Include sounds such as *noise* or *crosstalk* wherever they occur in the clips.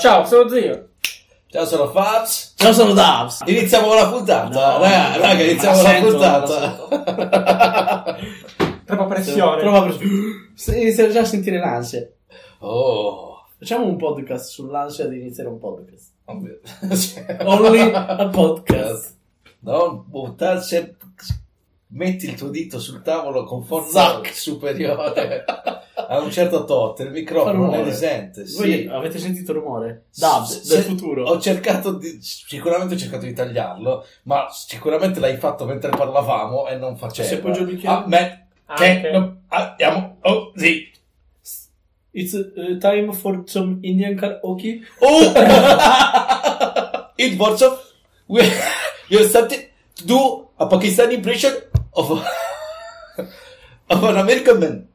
Ciao, sono zio. Ciao, sono Fabs. Ciao, sono Davs. Iniziamo con la No. puntata. raga, raga, iniziamo la Sento, puntata. Troppa pressione. Prova per... Inizio già a sentire l'ansia. oh. Facciamo un podcast sull'ansia di iniziare un podcast. *laughs* Only Cioè, Only a podcast. Non buttarsi. Metti il tuo dito sul tavolo con forza Zac. superiore *laughs* a un certo tot. Il microfono Rumore. non ne risente. Sì. Voi avete sentito il rumore? Davs, Se- del futuro. Ho cercato di. Sicuramente ho cercato di tagliarlo, ma sicuramente l'hai fatto mentre parlavamo e non faceva. Se poi giù bicchiere- A me. Che. Anche. no, andiamo. Oh, sì. It's uh, time for some Indian karaoke. Oh! *laughs* It works of. We, you started to do a Pakistani impression of, *laughs* of an American man.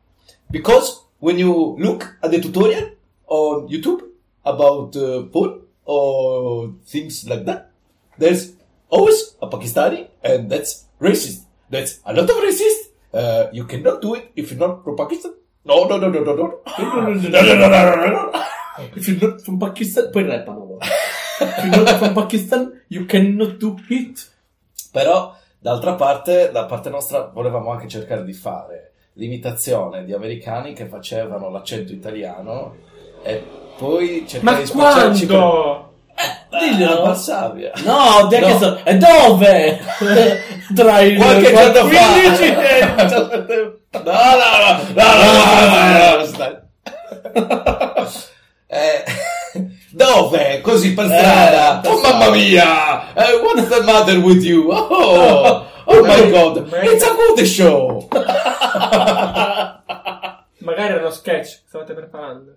Because when you look at the tutorial on YouTube about uh, porn or things like that, there's always a Pakistani and that's racist. That's a lot of racist. Uh, you cannot do it if you're not from Pakistan. No, no, no, no, no, *laughs* no. Ah, No, no, no, no, no, no, no. *laughs* If you're not from Pakistan, poi rappano. loro. If you're not from Pakistan, you cannot do it. Però, d'altra parte, da parte nostra volevamo anche cercare di fare l'imitazione di americani che facevano l'accento italiano e poi cercare Ma Cioè, di spacciarci per quando? a Varsavia. No, dai, No. che so- e dove? Tra il Qualche giorno 15 fa. e- *laughs* No, no, no, no, no, no, no, no, stai. *laughs* Eh, Dove? Così Eh, per strada. per oh strada. mamma mia! Eh, what's the matter with you? Oh, oh *laughs* my god! It's a good show! Magari era uno sketch che stavate preparando.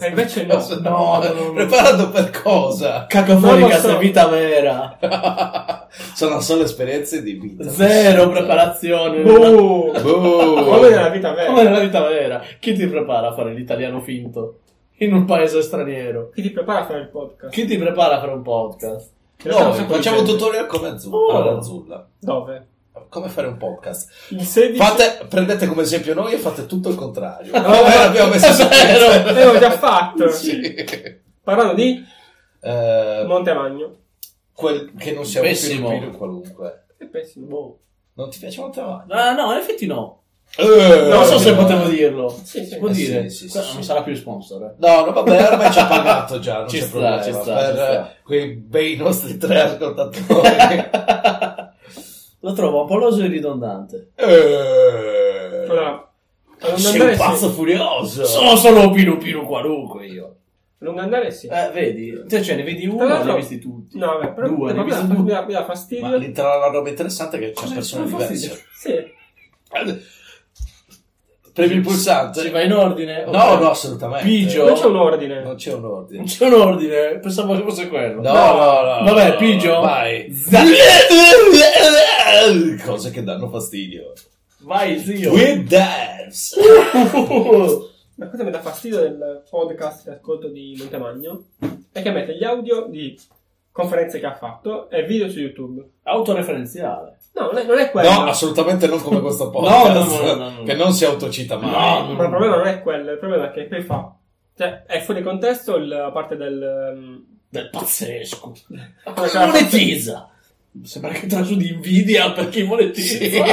E *laughs* invece no. No, no, no, no. Preparato per cosa? *laughs* Non Cacofonica lo so. se vita vera. Sono solo esperienze di vita. Zero preparazione. Boh. Boh. Come nella vita vera. Come nella vita vera. Chi ti prepara a fare l'italiano finto in un paese straniero? Chi ti prepara a fare il podcast? Chi ti prepara a fare un podcast? In realtà No, non so come facciamo un dire. tutorial come Azzulla. Oh. alla Azzulla. Dove? Come fare un podcast? Il 16... Fate, prendete come esempio noi e fate tutto il contrario. No, Come no, *laughs* l'abbiamo messo su Eh, L'avevo già fatto. *laughs* Sì. Parlando di Eh, Montemagno. quel che non siamo Pessimo. più in qualunque. È pessimo. Boh. Non ti piace molto avanti? Ah, no, in effetti no. Eh, Non so no. se potevo dirlo. Sì, sì. Si può Eh, dire? sì, sì, Questo sì, non sì. sarà più sponsor. eh. No, no, vabbè, ormai ci ha pagato già, non Ci c'è sta, problema. ci sta, per ci sta. eh, quei bei nostri *laughs* tre ascoltatori. Lo trovo un po' loso e ridondante. Eh. Allora, a lungo Sei un andare pazzo sì. furioso. Sono solo Pino Pino qualunque io. A lungo andare sì. Eh, vedi? Te ce ne vedi uno, Tra ne l'altro- hai visti tutti. No, vabbè, però Due, ne hai mi, dà, visti due. mi dà- mi dà Ma fastidio. l'intera la roba interessante è che c'è persone sono diverse. Sì. Premi il pulsante. Sì, va in ordine? No, Ok. no, assolutamente. Pigio. Non c'è un ordine. Non c'è un Non ordine. c'è un ordine, pensavo che fosse quello. No, no, no. Vabbè, no, Pigio. Vai. Za- Cose che danno fastidio. Vai, zio. With dives. La cosa che mi dà fastidio del podcast che ascolto di Montemagno è che mette gli audio di conferenze che ha fatto e video su YouTube. *laughs* Autoreferenziale. No, non è, non è quello. No, assolutamente non *laughs* come questo podcast. No, no, no, no, no. Che non si autocita mai. No, no. Ma il problema non è quello, il problema è che poi fa. Cioè, è fuori contesto il- la parte del. um, Del pazzesco. Ma come come sarà- monetizza? Sembra che traccio di invidia per chi monetizza.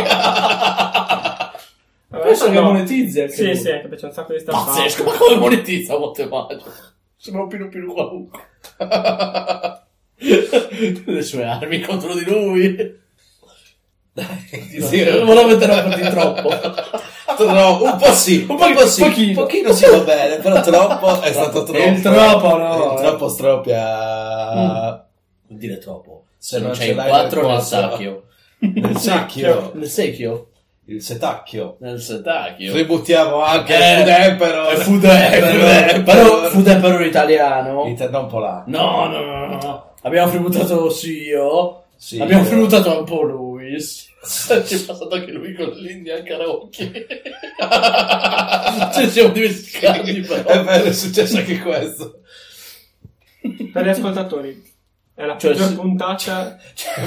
*laughs* vabbè, Penso che no. monetizzi anche Sì, lui. sì, anche perché c'è un sacco di staff. Pazzesco, ma come monetizza Montemagno? Sembra un pino pino qualunque. *laughs* Le sue armi contro di lui. *laughs* Sì. Non volevo mettere un po' di *laughs* troppo. Tro- un po' sì, un po', pochi- sì, pochino. pochino si va bene, però troppo è stato troppo. Il troppo no, Il eh. Mm. troppo stroppia Vuol dire troppo. Se Se non non ce c'è il l'hai 4 nel nel Cioè, quattro. sacchio. il secchio, Nel secchio? il setacchio. Nel setacchio. Tributiamo anche Eh, il Fudepero. Eh, Fudè, Fudè, però Fudepero italiano. Inter- non polacco. No, no, no, no, no. Abbiamo tributato Sio. Sì. Abbiamo *laughs* tributato un po' Luis. Ci è passato anche lui con l'Indian karaoke. Ci siamo dimenticati È però. *laughs* vero, è successo anche questo. Per gli ascoltatori. È È la Cioè, peggior sì. puntata.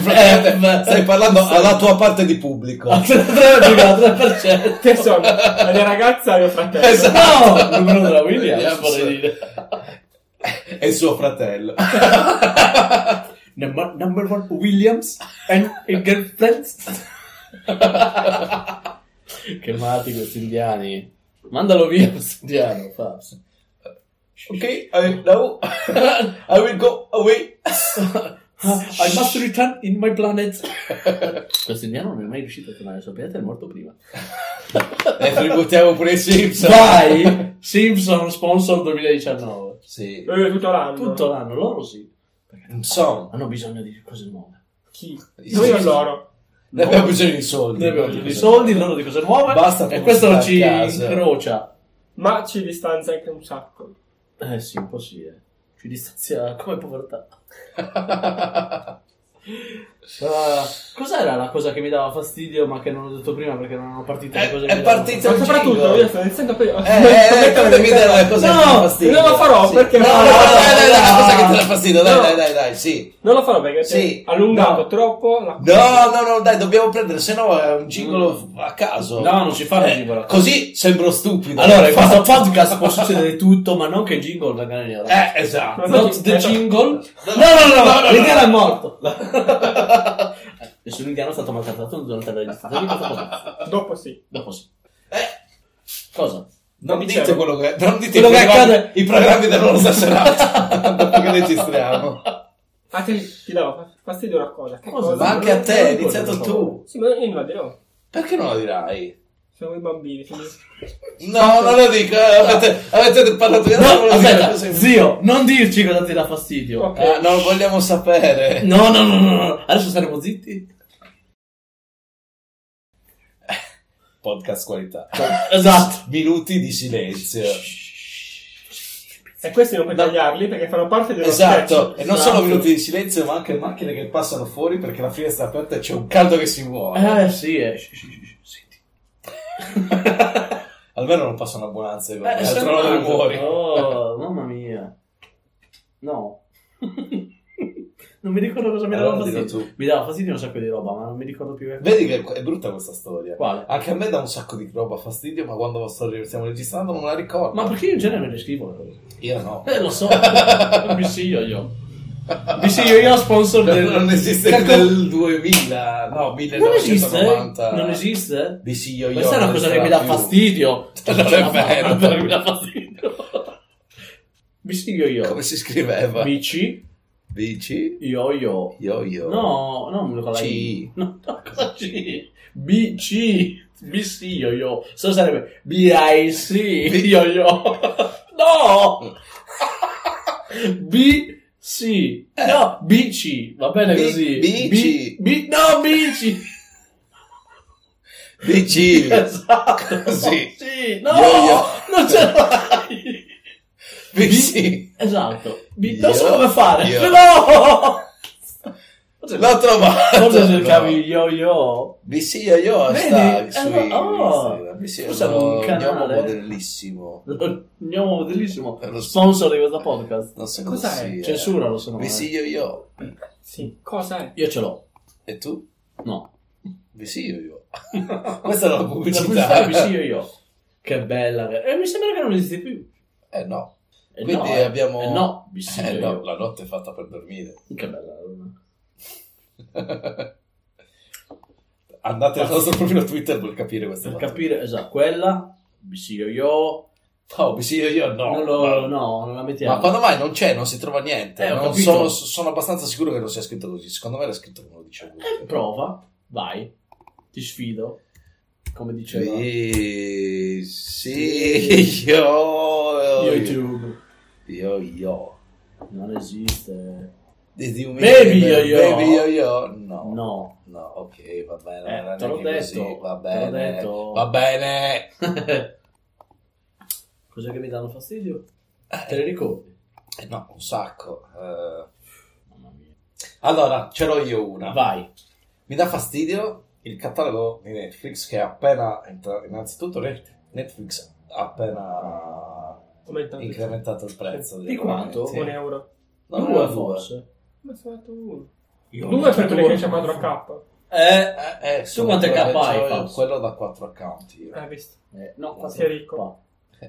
Eh, beh, ma stai parlando alla tua parte di pubblico. Che sono? La mia ragazza e mio fratello. Esatto. No, numero della Williams. Williams. vorrei dire. E suo fratello. Number, number one Williams and his girlfriends. che matti questi indiani. Mandalo via questo indiano, Fabs. Ok, I, now *laughs* I will go away. Ah, I must return in my planet. questo indiano non è mai riuscito a tornare sulla pianeta, è morto prima. E tributiamo pure i Simpson. Vai! Simpson sponsor 2019. Sì. Lo vive tutto l'anno. Tutto l'anno, loro sì. Insomma, Hanno bisogno di cose nuove. *laughs* Chi? Noi o loro? ne abbiamo bisogno di soldi. Noi Eh, abbiamo bisogno di soldi, loro di cose nuove. Basta e con questo sta ci casa. incrocia. Ma ci distanza anche un sacco. Eh sì, un po' sì, eh. Ci distanzia come povertà. eh, Ah, cos'era la cosa che mi dava fastidio ma che non ho detto prima perché non erano partite le È- cose Eh, è che mi davano partita- Ma Sono Cioè, soprattutto giro. io sto iniziando per. Eh, *laughs* eh, fatemi vedere le cose No, che ti dà fastidio. non lo farò Sì. perché- No, no, no, dai, dai, dai, la cosa che ti dà fastidio, dai, No. dai, dai, dai, sì. Non lo farò perché Sì. ti ho allungato No. troppo la No, no, no, dai, dobbiamo prendere, sennò è un gigolo a caso. No, non si fa la jingle. Così sembro stupido. Allora, in questo Eh, Fa- podcast può succedere tutto, ma non che il jingle venga in ora. Eh, esatto. Not the jingle. No, no, no, no, no, L'idea è no. morto. *laughs* Nessun indiano è stato maltrattato durante la registrazione di questo podcast. Dopo sì. Dopo sì. Eh, Cosa? non Dicevo. dite quello che... Non dite Quello i che programmi- accade- I programmi della nostra serata. *laughs* Dopo che registriamo. A te Ah, ti dava fa- fastidio una cosa. Che Cosa? cosa? Ma anche a te, hai iniziato tu. Sì, ma io non la dirò. Perché non lo dirai? Siamo i bambini. quindi- No, non lo dico. eh, Avete, avete parlato di No, aspetta, così. zio, non dirci cosa ti dà fastidio. Ok. Eh, non lo vogliamo sapere. No, no, no, no, no. Adesso saremo zitti. Podcast qualità. Esatto. Minuti di silenzio. E questi non puoi No. tagliarli perché fanno parte di uno Esatto, sketch. e non Esatto. solo minuti di silenzio, ma anche macchine che passano fuori perché la finestra è aperta e c'è un caldo che si muove. Eh, sì, eh. Shh, shh, shh, shh, Senti. Almeno non passano abbonanze, guarda, Eh, altro non santo. muori. Oh, mamma mia. No. non mi ricordo cosa mi dava Allora, dillo fastidio. tu. Mi dava fastidio un sacco di roba, ma non mi ricordo più. che- Vedi che è brutta questa storia. Quale? Anche a me dà un sacco di roba fastidio, ma quando sto- stiamo registrando non me la ricordo. Ma perché io in genere me le scrivo le cose? Io no. Eh, lo *laughs* so. Bisillo io. Bisillo io sponsor del... *laughs* non esiste più Cacco- nel 2000, no, Non esiste? 1990. Non esiste? Di sì, io, io Questa è una non cosa che esisterà mi dà più. fastidio. Non è vero. Una cosa che mi dà fastidio. Bisillo io. Come si scriveva? Bici Bici, io io. io, io. No, no, con la I. C. No, *laughs* no, cosa C? B, C. B, C, io, io. Se no sarebbe B, I, C, io, io. *laughs* No! Mm. B, C. No, B, C. Va bene Eh. B- così. B, C. B, no, B, C. *laughs* Bici. Esatto. Così. Sì, no! Io, io. Non ce l'hai. Bici. Esatto. B, Io, non so come fare. io. No! L'ho trovato. Forse cercavi yo yo. Bici, io, io. Vedi? Sta Eh, su oh. Instagram. Bici, io, Forse era un io. canale. Andiamo modellissimo. Andiamo bellissimo. Eh, lo so. Sponsor di questo podcast. Non so cosa Cos'è? sia. Censuralo se no. Bici, eh. io, io. Sì. Cosa è? Io ce l'ho. E tu? No. Bici, io, *laughs* io. Questa era la La pubblicità pubblicità. di sì, io *laughs* io. Che bella. che- E mi sembra che non esiste più. Eh no. Eh, Quindi no, eh. abbiamo- Eh, no, BC Eh, io no, io. la notte è fatta per dormire. Che bella. eh. Andate al nostro profilo Twitter per capire queste Per cose. capire, esatto, quella. BC io io. No, sì, Oh, io, io no. non lo, Ma- no, non la mettiamo. Ma quando mai non c'è, non si trova niente. Eh, ho Non capito. sono, sono abbastanza sicuro che non sia scritto così. Secondo me era scritto come lo dicevo. Eh, Prova. Vai. Ti sfido. Come diceva. Sì, sì, io, io, YouTube. io, io. Non esiste. Did you mean Baby, that? io, io. Baby, io, io. No, no, No. ok, va bene. Eh, non era te l'ho neanche detto, così. te va l'ho bene, detto. va bene. Cos'è che mi danno fastidio? Eh, Te le ricordi? Eh, no, un sacco. Eh, Mamma mia. allora, ce l'ho io una. Ah, Vai. Mi dà fastidio il catalogo di Netflix che è appena, entra- innanzitutto Net- Netflix ha appena Aumentato. incrementato il prezzo. Di quanto? ovviamente. Un euro. Non Due era due. forse. Ma ho fatto uno. Io Due ho per tutto quelli che uno. c'è 4K. Eh, eh, eh, sono quante quello- K hai, c'ho Fabs? Quello da 4 account io. Hai visto? Eh, no, qua Sei ricco.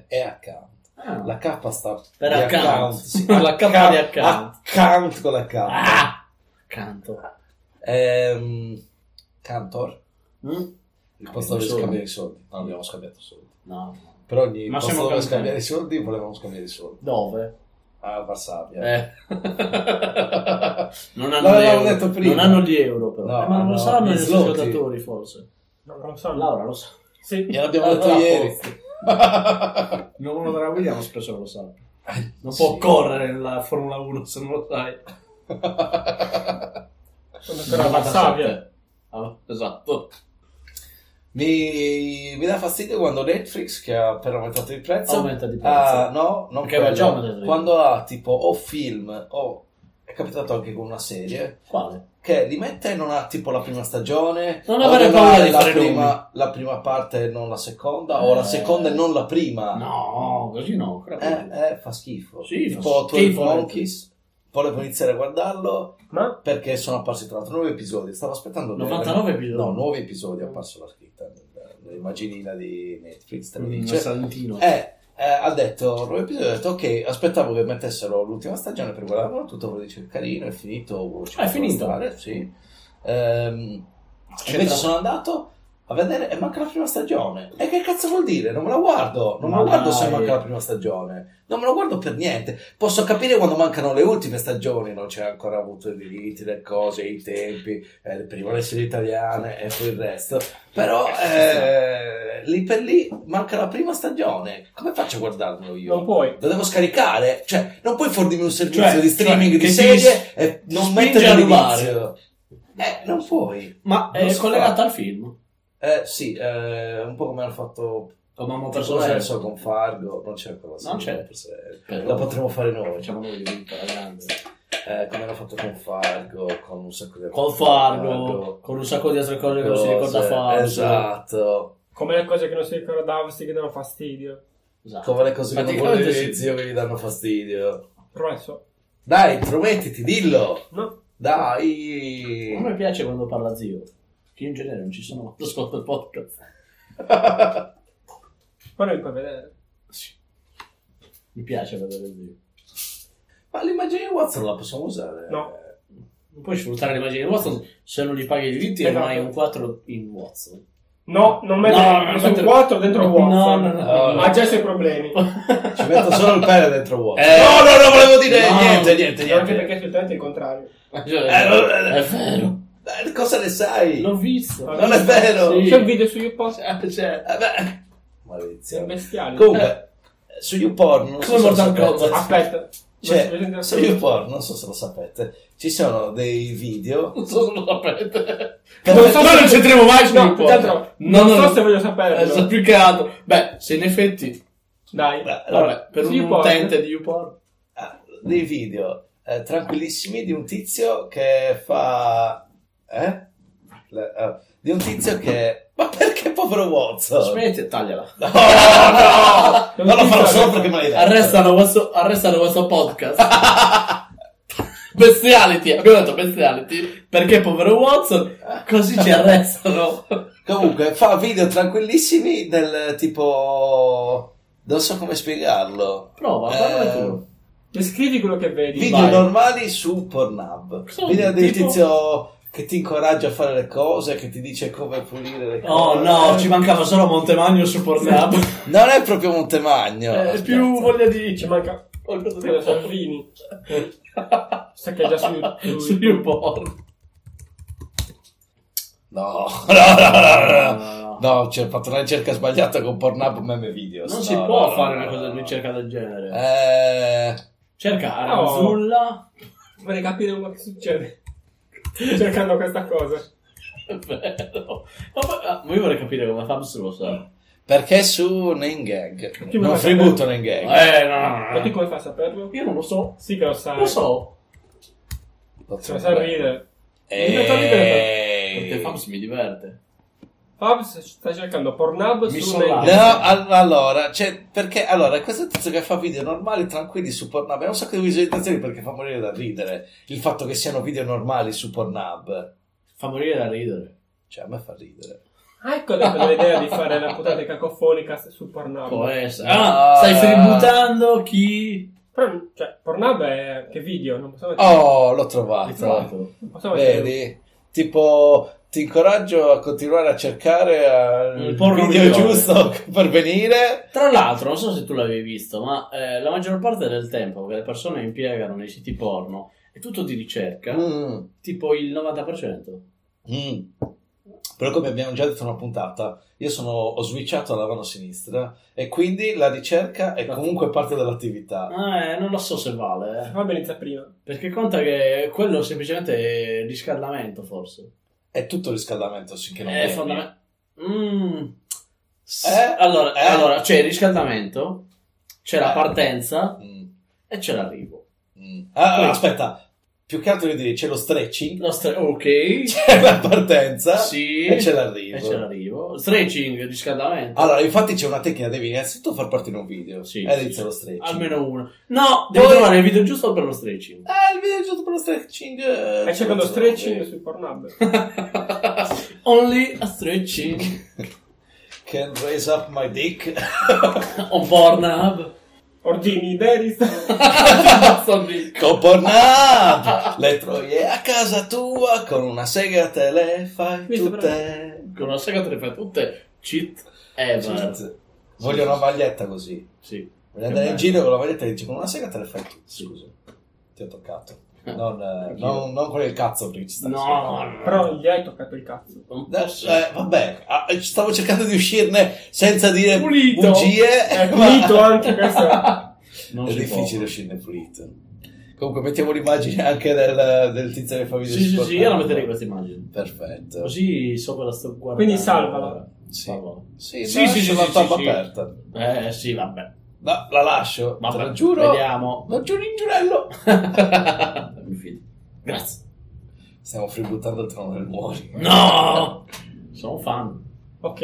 È account. Ah, La K sta Per di account. *laughs* sì. La K Account- di account. Account con la K. Ah! Canto. Ehm, Cantor. Mm? Il posto dove Soldi. scambiare i soldi. Non abbiamo scambiato soldi. No. Però ogni Ma posto siamo dove contenti. scambiare i soldi volevamo scambiare i soldi. Dove? A Varsavia. *laughs* Eh. non hanno gli L'avevamo euro. detto prima. Non hanno gli euro però. No, Eh, ma non no, lo saranno gli i nostri zloty. giocatori forse. Non lo so. Laura lo sa. Sì. Gliel'abbiamo Allora, detto Ah, ieri. Non lo darà William spesso non lo sa. *laughs* Non Sì. può correre la Formula 1 se non lo sai. Sono ancora a Varsavia. Ah, esatto. Mi, mi dà fastidio quando Netflix, che ha appena aumentato il prezzo, Aumenta di prezzo. ah, no, non Perché aveva già quello. aumentato di quando ha tipo o film o è capitato anche con una serie Quale? che li mette e non ha tipo la prima stagione, Non o avere ha paura di la fare prima, la prima parte e non la seconda, o la Eh. seconda e non la prima. No, così no. ancora così. Eh, eh, fa schifo. Sì, fa tipo schifo, 12 Monkeys. Volevo iniziare a guardarlo Ma perché sono apparsi tra l'altro nuovi episodi. Stavo aspettando 99 episodi. No, nuovi episodi è apparso la scritta nel- nell'immaginina di Netflix. te lo Mm, dice. Salentino. Eh, eh, ha detto nuovi episodi. Ho detto ok, aspettavo che mettessero l'ultima stagione per guardarlo. Tutto quello dice carino, è finito. ci Ah, è posso finito? stare, sì. Ehm, C'entra- invece sono andato a vedere e manca la prima stagione. E che cazzo vuol dire? Non me la guardo. Non me la Ma guardo se dai. manca la prima stagione. Non me la guardo per niente. Posso capire quando mancano le ultime stagioni. Non c'è ancora avuto i diritti, le cose, i tempi, eh, prima le serie italiane e poi il resto. Però eh, lì per lì manca la prima stagione. Come faccio a guardarlo io? non puoi. Lo devo scaricare, cioè non puoi fornirmi un servizio Cioè, di streaming cioè, di che serie ti e non spinge metterlo a rubare. all'inizio. Eh, non puoi. Ma Non è si collegata fa. al film? Eh sì, eh, un po' come hanno fatto Come abbiamo perso Persone la adesso con Fargo, non c'è ancora la Non serie, c'è. forse- Però- La potremmo fare noi, Facciamo diciamo. noi la grande. eh, come hanno fatto con Fargo, con un sacco di Con Eh, Fargo, con un sacco di altre cose che non si ricorda cose, Fargo. Esatto, Come le cose che non si ricordava, sti che danno fastidio. Esatto. come le cose che non vuole Praticamente sì. l'inizio che gli danno fastidio. Però adesso. Dai, promettiti, dillo! No. Dai! *laughs* A me piace quando parla zio, che io in genere non ci sono quando ascolto il podcast. Però li puoi vedere. Mi piace vedere zio. Ma l'immagine di Watson la possiamo usare? No. Non puoi sfruttare le immagini di Watson se non gli paghi i diritti e non Esatto. hai un 4 in Watson. No, non No, mettere non nessun mettere- 4 dentro Watson. No, no, no, Oh, no. Ha già i suoi problemi. Ci metto solo il pene dentro Watson. Eh. No, no, no, volevo dire No. niente, niente, Anche niente. perché è soltanto il contrario. *laughs* Eh, no, no, no. Cioè, È vero. Eh, cosa ne sai? L'ho visto. Non è vero. Sì. C'è un video su YouPost. Cioè, cioè, Eh, beh. Sei Maledizione. bestiale. Comunque, eh, su YouPorn, non Come so se lo Mortal sapete- Kombat. Aspetta. *laughs* Cioè, su YouPorn, non so se lo sapete, ci sono dei video... non so se lo sapete. Non so Noi se- non c'entriamo mai su No, Newport. tanto no. Non so se voglio saperlo. Esatto, più che altro. Beh, se in effetti... Dai. Beh, Vabbè, per Su un Newport. utente di YouPorn. Ah, dei video eh, tranquillissimi di un tizio che fa... Eh? Le- eh, di un tizio che... Ma perché povero Watson? Smetti e tagliala. No, *laughs* no! Non Non lo ti farò sa- solo perché me l'hai detto. Arrestano questo, arrestano questo podcast. *laughs* bestiality, abbiamo detto bestiality. Perché povero Watson, così ci arrestano. Cioè, Comunque, fa video tranquillissimi del tipo... Non so come spiegarlo. Eh, Prova, parla tu. Descrivi quello che vedi. video Vai. normali su Pornhub. Sì, video del tipo- tizio che ti incoraggia a fare le cose, che ti dice come pulire le Oh cose. no, ci mancava solo Montemagno su Pornhub. Non è *laughs* proprio Montemagno. Eh, È aspetta. più voglia di... Ci manca qualcosa di quello Salvini. Sa che è già *laughs* su, su YouPorn. No, *laughs* no, no, no, no. No, ci ho fatto una ricerca sbagliata con Pornhub meme video. Non si può fare una cosa di ricerca del genere. Eh, Cerca No. Aranzulla. Vorrei capire un po' che succede. *laughs* Cercando questa cosa. È vero. Ma poi- ah, ma io vorrei capire come Fabs lo sa. perché su Name Gag. Chi me Non lo fa fributo Name Gag. Eh, no, no, Ma no, tu no. come fai a saperlo? Io non lo so. Sì che lo sai. Lo so. Se lo sai ridere. Eh, Mi metto a ridere. Perché Fabs mi diverte. Fabs sta cercando Pornhub Mi su sono Mac. là. No, al- allora, cioè, perché allora, questo tizio che fa video normali, tranquilli su Pornhub, ha un sacco di visualizzazioni perché fa morire da ridere il fatto che siano video normali su Pornhub. Fa morire da ridere. Cioè, a me fa ridere. Ah, ecco la bella idea di fare la puntata cacofonica su Pornhub. Può essere. Ah. Ah, stai tributando chi... Però, cioè, Pornhub è che video, non possiamo Oh, l'ho Hai trovato. trovato? non possiamo mettere- Vedi? Tipo, ti incoraggio a continuare a cercare eh, Il il porno video migliore. giusto *laughs* per venire. Tra l'altro, non so se tu l'avevi visto, ma eh, la maggior parte del tempo che le persone impiegano nei siti porno è tutto di ricerca, Mm, tipo il 90%. mm. Però come abbiamo già detto in una puntata, io sono, ho switchato alla mano sinistra e quindi la ricerca è comunque parte dell'attività. Eh, non lo so se vale, eh. Fa benizia prima. perché conta che quello semplicemente è riscaldamento, forse. È tutto riscaldamento, sì che non È bevi. fondamentale. Eh, Mm. S- Eh, allora, eh. allora, c'è il riscaldamento, c'è la Eh. partenza Mm, e c'è l'arrivo. mm. Ah, ah, aspetta, più che altro io direi c'è lo stretching, Lo stre- ok, c'è *laughs* la partenza sì, e c'è l'arrivo. e c'è l'arrivo. Ah, Stretching, riscaldamento. Allora, infatti c'è una tecnica, devi innanzitutto far partire un video Sì. e inizia lo stretching. Almeno uno. No, devi Poi- trovare il video giusto per lo stretching. Eh, il video è giusto per lo stretching. eh, E c'è quello non so, stretching eh, su Pornhub. *laughs* Only a stretching Can raise up my dick. on Pornhub. *laughs* Ordini, Deris. Sorry. Con Pornhub! Le troie a casa tua con una sega te le fai Visto, tutte. Con una sega te le fai tutte. Cheat ever. Eh, Voglio una maglietta così. Sì. Voglio andare in bello. giro con la maglietta e dici con una sega te le fai tu. Sì. Scusa, ti ho toccato. Eh, Non, eh, anch'io. non, non con il cazzo perché ci sta. No, no. Però gli hai toccato il cazzo. Non Adesso, posso. eh, vabbè, ah, stavo cercando di uscirne senza dire Pulito. Eh, bugie. *laughs* È ma- pulito anche questo. Non È si può. difficile uscirne pulito. Comunque mettiamo l'immagine anche del, del tizio che fa video Sì, sì, sportivo. sì, io la metterei questa immagine. Perfetto. Così so cosa sto guardando. Quindi salvala. Sì. Salvala. Sì, Sì, sì, sì, sì, la sì, tabba sì. aperta. Eh, sì, vabbè. No, la lascio, Vabbè, te lo giuro. Vediamo. Lo giuro in giurello. Mi fido. Grazie. Stiamo fributtando il trono del muori. No! Sono un fan. Ok,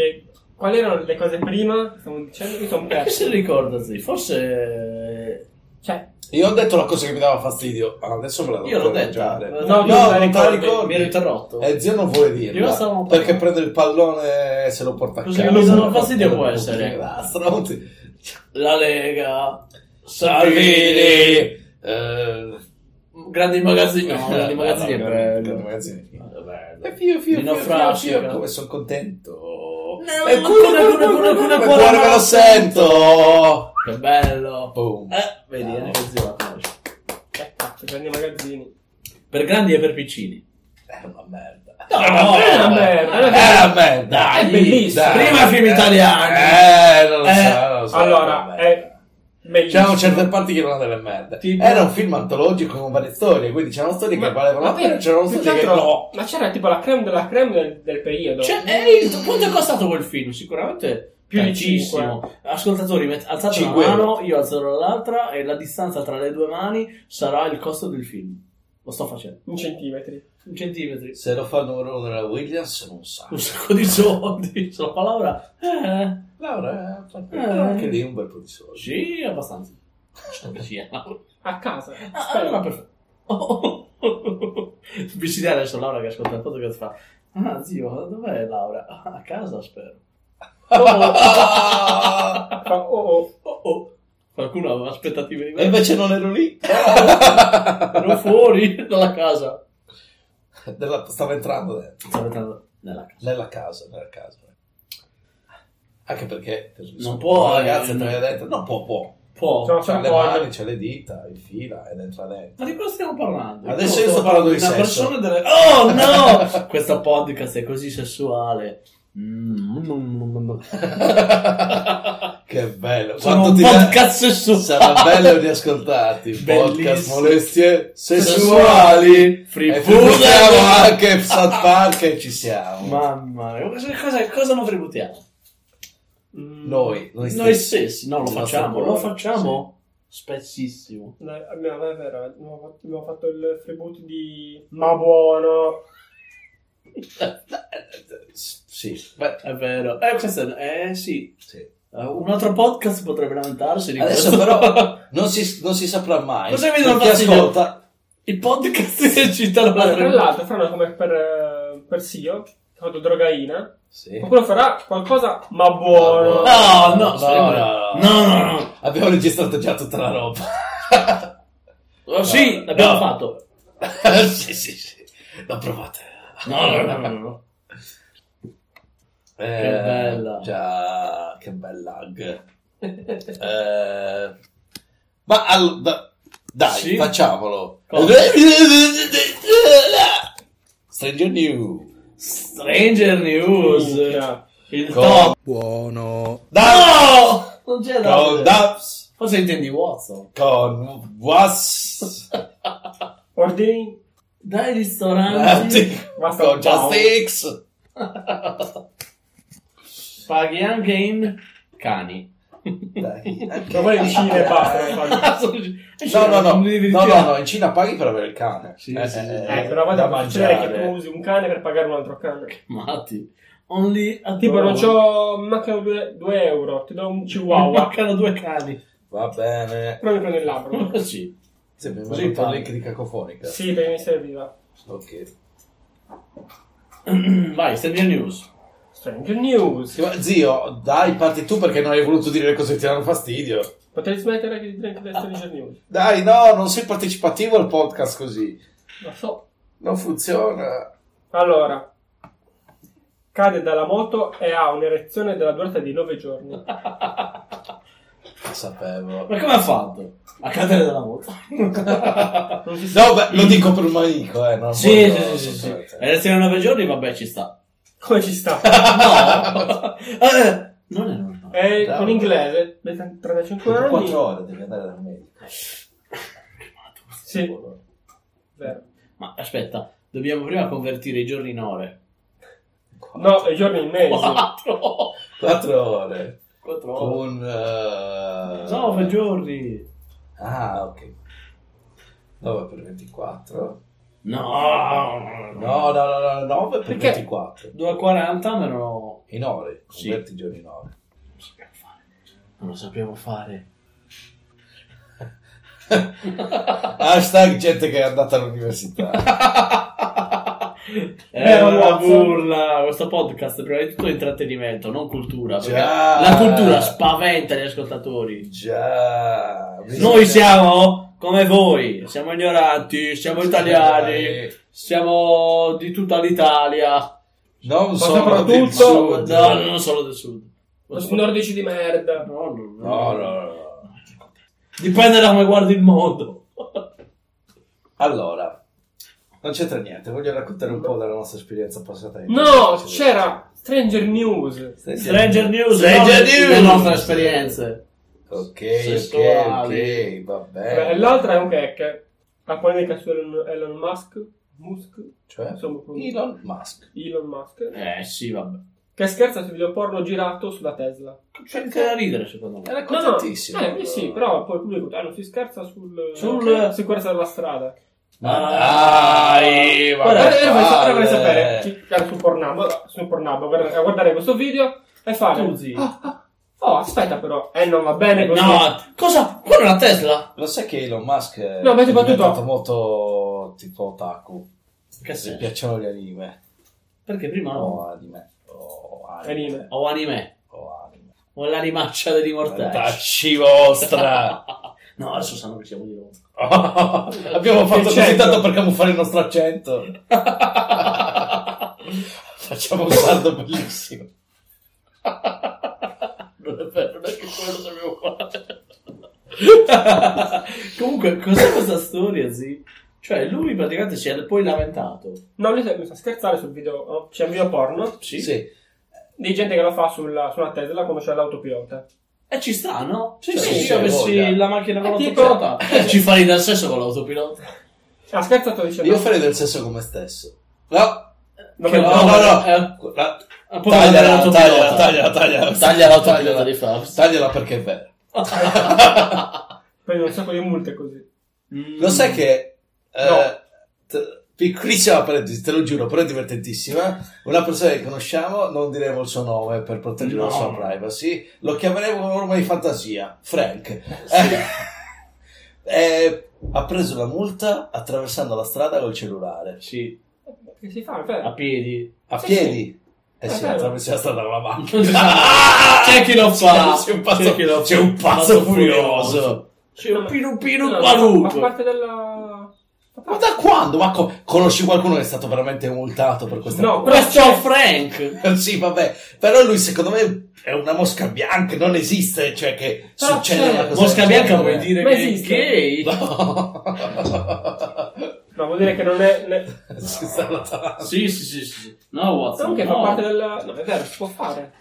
quali erano le cose prima? Stavo dicendo che sono Perché perso. se ricordati, forse... Cioè, Io ho detto la cosa che mi dava fastidio. Ah, Adesso me la devo Io l'ho detta. raggiare. No, No, non io la te la ricordo, ricordi. Eh. Mi ero interrotto. E zio non vuole Io la dirla stavo- perché prende il pallone e se lo porta a Così casa. che mi sono fastidio può essere. Ah, stronzi. La Lega. Salvini. Eh, Grandi magazzini. No, grandi eh, magazzini. è no, grandi- bello. grandi magazzini. È bello. E fio, fio, Nino fio, fio, Frassica. fio, come sono contento. No, E ancora, culo, culo, ancora, culo, ancora, culo, ancora, ma cuore me ancora. lo sento. Che bello. Boom. Eh, vedi, Bravo. eh, che zio la conosce. eh, cazzo, grandi magazzini. Per grandi e per piccini. Eh, È una merda. No, È una no, Era merda. Eh, merda, era merda. È una merda. Dai, È bellissimo. Dai. Prima film italiani. Eh, non lo Eh, so, non lo so. è allora, una è merda. bellissimo. C'erano certe parti che erano delle merde. Tipo? Era un film antologico con varie storie, quindi c'erano storie che valevano la pena, c'erano più che storie che altro- no. Ma c'era tipo la creme della creme del, del periodo. Cioè, eh, il- quanto è costato quel film? Sicuramente Più di tantissimo. Ascoltatori, met- alzate Cinque una euro. mano, io alzerò l'altra e la distanza tra le due mani sarà il costo del film. Lo sto facendo. in centimetri. Un centimetro. Se lo fa il numero uno della Williams, non sa. un sacco di soldi. *laughs* Sono fa Laura? Eh, Laura, eh, Eh. anche lì un bel po' di soldi. sì, abbastanza. Sto che sia. Ah, A casa. allora perfetto. Oh, oh, oh. *laughs* Mi si dà adesso Laura che ascolta il podcast e fa Ah zio, dov'è Laura? "Ah, A casa spero. Ah! Fa- Oh, oh. Oh, oh. Qualcuno aveva aspettative e diverse. invece non ero lì. Ero fuori dalla casa. Della- stavo entrando dentro. Stavo entrando nella casa. Nella casa, nella casa. Anche perché Non può, ragazzi, eh, entrare no. dentro. No, può, può. Può. Ciao. C'ha Oh, le può. mani, c'ha le dita, infila ed entra dentro. Ma di cosa stiamo parlando? Adesso io sto parlando di una sesso. persona delle... Oh *laughs* no! Questo podcast è così sessuale. Mm. Che bello. Sono un ti dà- podcast sessuale. Sarà bello di ascoltarti. Podcast Bellissimo. molestie sessuali. Free E food. tributiamo anche South Park e ci siamo. Mamma mia, cosa, cosa, cosa non tributiamo? Mm. Noi, noi, Noi, stessi. stessi, no, lo Il nostro facciamo, cuore, lo facciamo spessissimo. No, no, non è vero, abbiamo fatto- abbiamo fatto il freeboot di Ma Buono. Sì, Beh, è vero. Eh, questo è... Eh, sì. sì. Eh, Un altro podcast potrebbe lamentarsi di Adesso questo. *laughs* però non si, non si saprà mai. Cosa mi devo Perché farsi ascolta? I podcast che citano Allora, tra la l'altro faranno come per, eh, per Sio, fatto drogaina. Sì. Qualcuno farà qualcosa ma buono. No, Ma no, No, speriamo- no. no, no, no. Abbiamo registrato già tutta la roba. *laughs* Oh, sì, l'abbiamo No. fatto. sì, sì, sì. L'ho provata. No, no, no, no, no. Eh, bella. Già, che bel lag. Eh, ma al- da- dai, Sì. facciamolo. Cosa? Stranger New. Stranger News. Minchia. Il Con- top. Buono. No! Non c'è Con da. Dubs. Cosa intendi, Watson? Con Was. Ordini. Dai ristoranti. Basta. Con Ciao. Just X. Paghi anche in cani. Dai. Ma poi in Cina *laughs* e basta. No, no, no. Non mi No, no, no, in Cina paghi per avere il cane. Sì, sì, sì. Eh, però vado a mangiare che tu mangiare. usi un cane per pagare un altro cane. Matti. Only a Tipo, non dollar. c'ho. Mancano 2 euro. Ti do un Wow, *laughs* chihuahua. mancano due cani. Va bene. Però mi prendo il labbro. *laughs* sì. Sì, mi è Così venuto un parli. link di cacofonica. Sì, perché mi serviva. Ok. Vai, Stranger *laughs* News. Stranger News. Sì, ma Zio, dai, parti tu perché non hai voluto dire le cose che ti danno fastidio. Potrei smettere che di drink le Stranger News. Dai, no, non sei partecipativo al podcast così. Lo so. Non funziona. Allora. Cade dalla moto e ha un'erezione della durata di 9 giorni. Lo sapevo. Ma come ha fatto? A cadere dalla moto. Non si sa No, beh, lo dico per un amico, eh. Non *laughs* sì, voglio- sì, sì, sì, sì. Eh, Elezione 9 Eh, giorni, vabbè, ci sta. come ci sta. *laughs* No. Eh, non è normale. È Bravo. un inglese, di 35 Dopo anni. quattro ore devi andare dal medico. Sì, vero. Ma aspetta, dobbiamo prima convertire i giorni in ore. No, i giorni in Eh, mese. Quattro. Quattro ore. Quattro ore. Con... eh, Nove giorni. Ah, ok. 9 per 24. No. No, no, no, no 9 per Perché? 24. 2,40 meno... In ore, Sì. converti i giorni in ore. *laughs* Non lo sappiamo fare. Non lo sappiamo fare. *laughs* Hashtag gente che è andata all'università. Era una Watson. Eh, burla. Questo podcast è prima di tutto intrattenimento, non cultura. perché Già. La cultura spaventa gli ascoltatori. Già. Noi siamo come voi, siamo ignoranti, siamo italiani, siamo di tutta l'Italia. Non Ma sono soprattutto- del sud. No, non solo del sud. Nordici di merda. No, no, no. No, no, no, no. Dipende da come guardi il mondo. Allora, non c'entra niente. Voglio raccontare un po' della nostra esperienza passata. in- No, c'era Stranger Eh. News. Stranger News, Stranger no, News. le nostre esperienze. Ok, ok, Sessuali. ok, va Beh, bene. e l'altra è un crack. La polemica su Elon, Elon Musk. Musk. Cioè, Insomma, con- Elon Musk. Elon Musk. Eh sì, vabbè. Che scherza sul video porno girato sulla Tesla. C'è anche da ridere, secondo me. Era No, no, contentissimo. Eh, eh, sì, però poi il pubblico. Eh, non si scherza sul, Sul- sicurezza della strada. Ma dai, ma Guarda, eh, io vorrei dai. sapere- vorrei sapere. chi- Era su Pornhub. Su Pornhub. guarda- A guardare questo video e fare. Tu, zii. Ah, ah, Oh, aspetta però. Eh, non va bene così. No, cosa? Quella è una Tesla? Lo sai che Elon Musk è No, ma tipo tutto- Eh diventato molto tipo otaku. Che Se senso? piacciono gli anime. Perché prima no. O anime. O anime. Anime. Ho anime. O anime. Ho l'animaccia degli mortacci. Tacci *laughs* vostra! No, adesso sanno che siamo di Roma. Oh, abbiamo fatto così accento. tanto per camuffare il nostro accento. Facciamo un salto bellissimo. Non è vero, non è che quello dobbiamo fare. Comunque, cos'è questa storia, zi? Cioè, lui praticamente si è poi lamentato. No, lui si è messo a scherzare sul video. no? C'è un video porno Sì. di gente che lo fa sulla, su una Tesla come c'è l'autopilota. E Eh, ci sta, no? Cioè, Sì, sì, se sì, io avessi voglia. la macchina con È l'autopilota. *laughs* Ci farei del sesso con l'autopilota. Ha scherzato dicendo. Io farei del sesso con me stesso. No, No, che no, no, no, no. Eh, La- ah, poi mandare Tagliala, l'autopilota. tagliala, tagliala, tagliala. Taglia l'autopilota Tagliala. di *laughs* Fabs. Tagliala perché è vera. Prende un sacco di multe così. Lo sai che eh, No. t- piccolissima parentesi, te lo giuro, però è divertentissima. Una persona che conosciamo, non diremo il suo nome per proteggere la No. sua privacy, lo chiameremo con un nome di fantasia, Frank. *laughs* Eh, eh, ha preso la multa attraversando la strada col cellulare. *laughs* Sì, Che si fa? a Cioè, piedi. A Sì, piedi? Eh È sì, vero. attraversa la strada con la macchina. Non si *laughs* sa. C'è chi lo fa. C'è un pazzo, C'è chi lo fa. c'è un pazzo furioso. C'è un pinupino no, Fa qualunque. parte della... fa Ma parte- da quando? Ma co- conosci qualcuno che è stato veramente multato per questa No, Questo è Frank. *laughs* Sì, vabbè, però lui secondo me è una mosca bianca, non esiste, cioè che Però succede Ah, c'è. una certo, cosa Mosca del bianca genere. vuol dire Ma che è esiste? gay. *laughs* No. No, vuol dire che non è... Ne... si sta allontanando. Sì, sì, sì, sì. No, Watson. Comunque fa no. parte della... No, è vero, si può fare.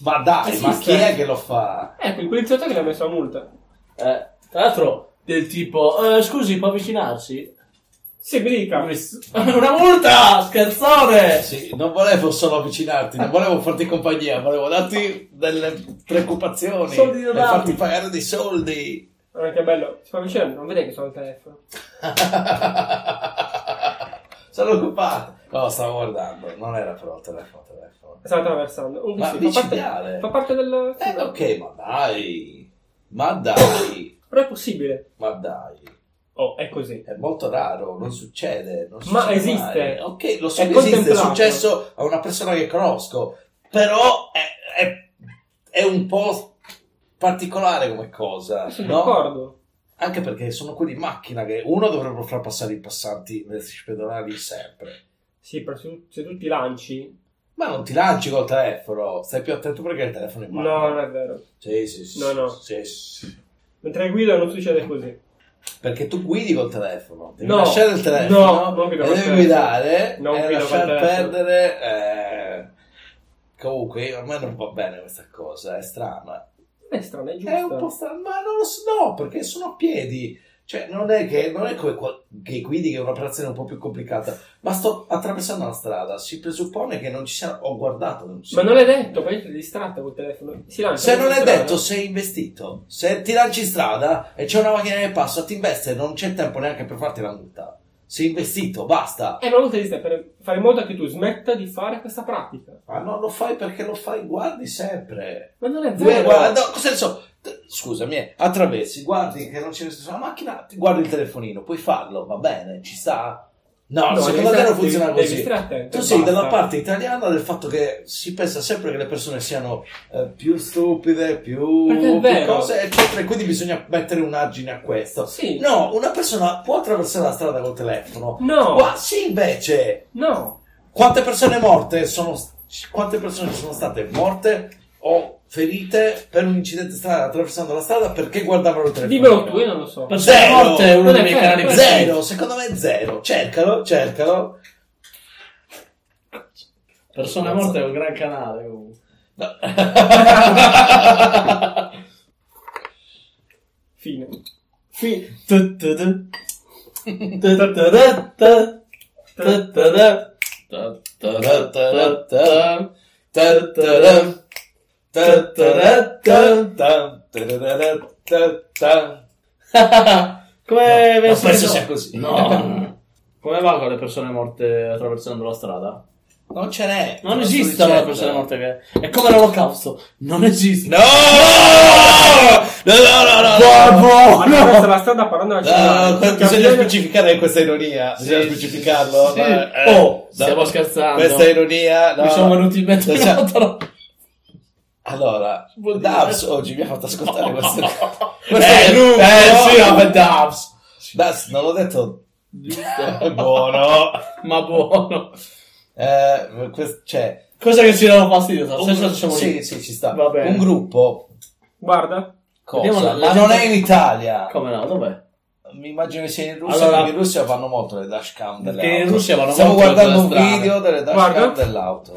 Ma Eh dai, ma chi Esiste. è che lo fa? Ecco, il poliziotto che l'ha messo a multa. Eh, tra l'altro, del tipo, eh, scusi, può avvicinarsi? Sì, mi dica. *laughs* Una multa! Scherzone! Eh Sì, non volevo solo avvicinarti, non volevo farti compagnia, volevo darti delle preoccupazioni Soldi e da darti. farti pagare dei soldi. *laughs* Guarda Ah, che bello. Si fa vicino, non vede che sono il telefono. Sono occupato. No, stavo guardando, non era però il telefono, telefono. Stava attraversando. Comunque Ma sì, fa, parte, micidiale. fa parte del... Eh, ok, ma dai. Ma dai. Però è possibile. Ma dai. Oh, è così. È molto raro, non succede. non Ma succede esiste. mai. Ok, lo so È che esiste, è contemplato. successo a una persona che conosco, però è, è- è un po' particolare come cosa, Sono no? d'accordo. Anche perché sono quelli in macchina che uno dovrebbero far passare i passanti vertici pedonali sempre. Sì, però se tu, se tu ti lanci... Ma non ti lanci col telefono, stai più attento perché il telefono è in No, mano. non è vero. Sì, sì, sì, No, no. sì, sì. Mentre guido non succede così. Perché tu guidi col telefono, devi No, lasciare il telefono, no, non guido e col devi telefono. guidare Non e guido col lasciar telefono. perdere. eh. Comunque, a me non va bene questa cosa, è strana. Non è Eh, strano, è giusto. È un po' strana, ma non lo so, no, perché sono a piedi. Cioè, non è che non è come qua- che guidi che è un'operazione un po' più complicata, ma sto attraversando la strada, si presuppone che non ci siano. Ho guardato, non ci Ma siano- non è detto, poi ti distratta col telefono. Si lancia. se non è strada. detto, sei investito. Se ti lanci in strada e c'è una macchina che passa, ti investe, non c'è tempo neanche per farti la multa. Sei investito, basta. Eh, ma non ti distrae per fare in modo che tu smetta di fare questa pratica. Ma non lo fai perché lo fai, guardi sempre. Ma non è Lui vero. Eh, guarda, no, cosa ne so? T- Scusami, eh, attraversi, guardi che non c'è nessuna macchina, ti guardi il telefonino, puoi farlo, va bene, ci sta. No, No, esatto, secondo te devi non stare- funziona devi- così. Devi stare attento. Tu sei basta. dalla parte italiana del fatto che si pensa sempre che le persone siano eh, più stupide, più, Perché è più vero. cose, eccetera, e quindi bisogna mettere un argine a questo. Sì. No. No, una persona può attraversare la strada col telefono. No. Ma sì, invece, No. quante persone morte sono quante persone sono state morte o ferite per un incidente stradale attraversando la strada perché guardavano il telefono? Dimmelo tu, io non lo so. Per Zero. morte è uno Non è dei miei vero, canali quello è preferiti. Zero, secondo me zero. Cercalo, *laughs* cercalo. Persona morta è un gran canale. comunque. No. Fine. Tu, tu, tu. Tu, tu, tu, tu. Tu, tu, tu. Tu, tu, tu, tu, tu. Ta-ta-dam. Ta-ta-da-ta-tam. Ta-da-da-da-ta-tam. Come No, non pensi penso che- sia così. No. Come va con le persone morte attraversando la strada? Non ce n'è. Non Lo sto esistono le persone dicendo. morte che... È come l'olocausto. Non esiste. No! No, no, no, no, no. Ma no. questa è la strada parlando al No, no, no, cellulare. bisogna Cambiare- specificare questa ironia. Bisogna Sì, specificarlo. sì. ma- Oh, no, eh, stiamo scherzando. Questa ironia. No. Mi sono venuti in mente Cioè- un'altra roba. Allora, Vuol dire- Dabs oggi mi ha fatto ascoltare No. questo. *laughs* Eh, lungo. Eh, sì, vabbè, *laughs* Dabs. Dabs, non l'ho detto. È Giusto. buono. Ma buono. Eh, quest- cioè, Cosa che ci dava fastidio? un- Senza facciamo lì. sì, sì, ci sta. diciamo Va bene. Un gruppo. Guarda. Cosa? Vediamo la- Ma non è in Italia. Come no? Dov'è? Eh, Mi immagino che sia in Russia, Allora- perché in Russia vanno molto le dashcam delle Perché in auto. Russia vanno Stavo molto le guardando un strade. video delle dashcam Guarda. dell'auto.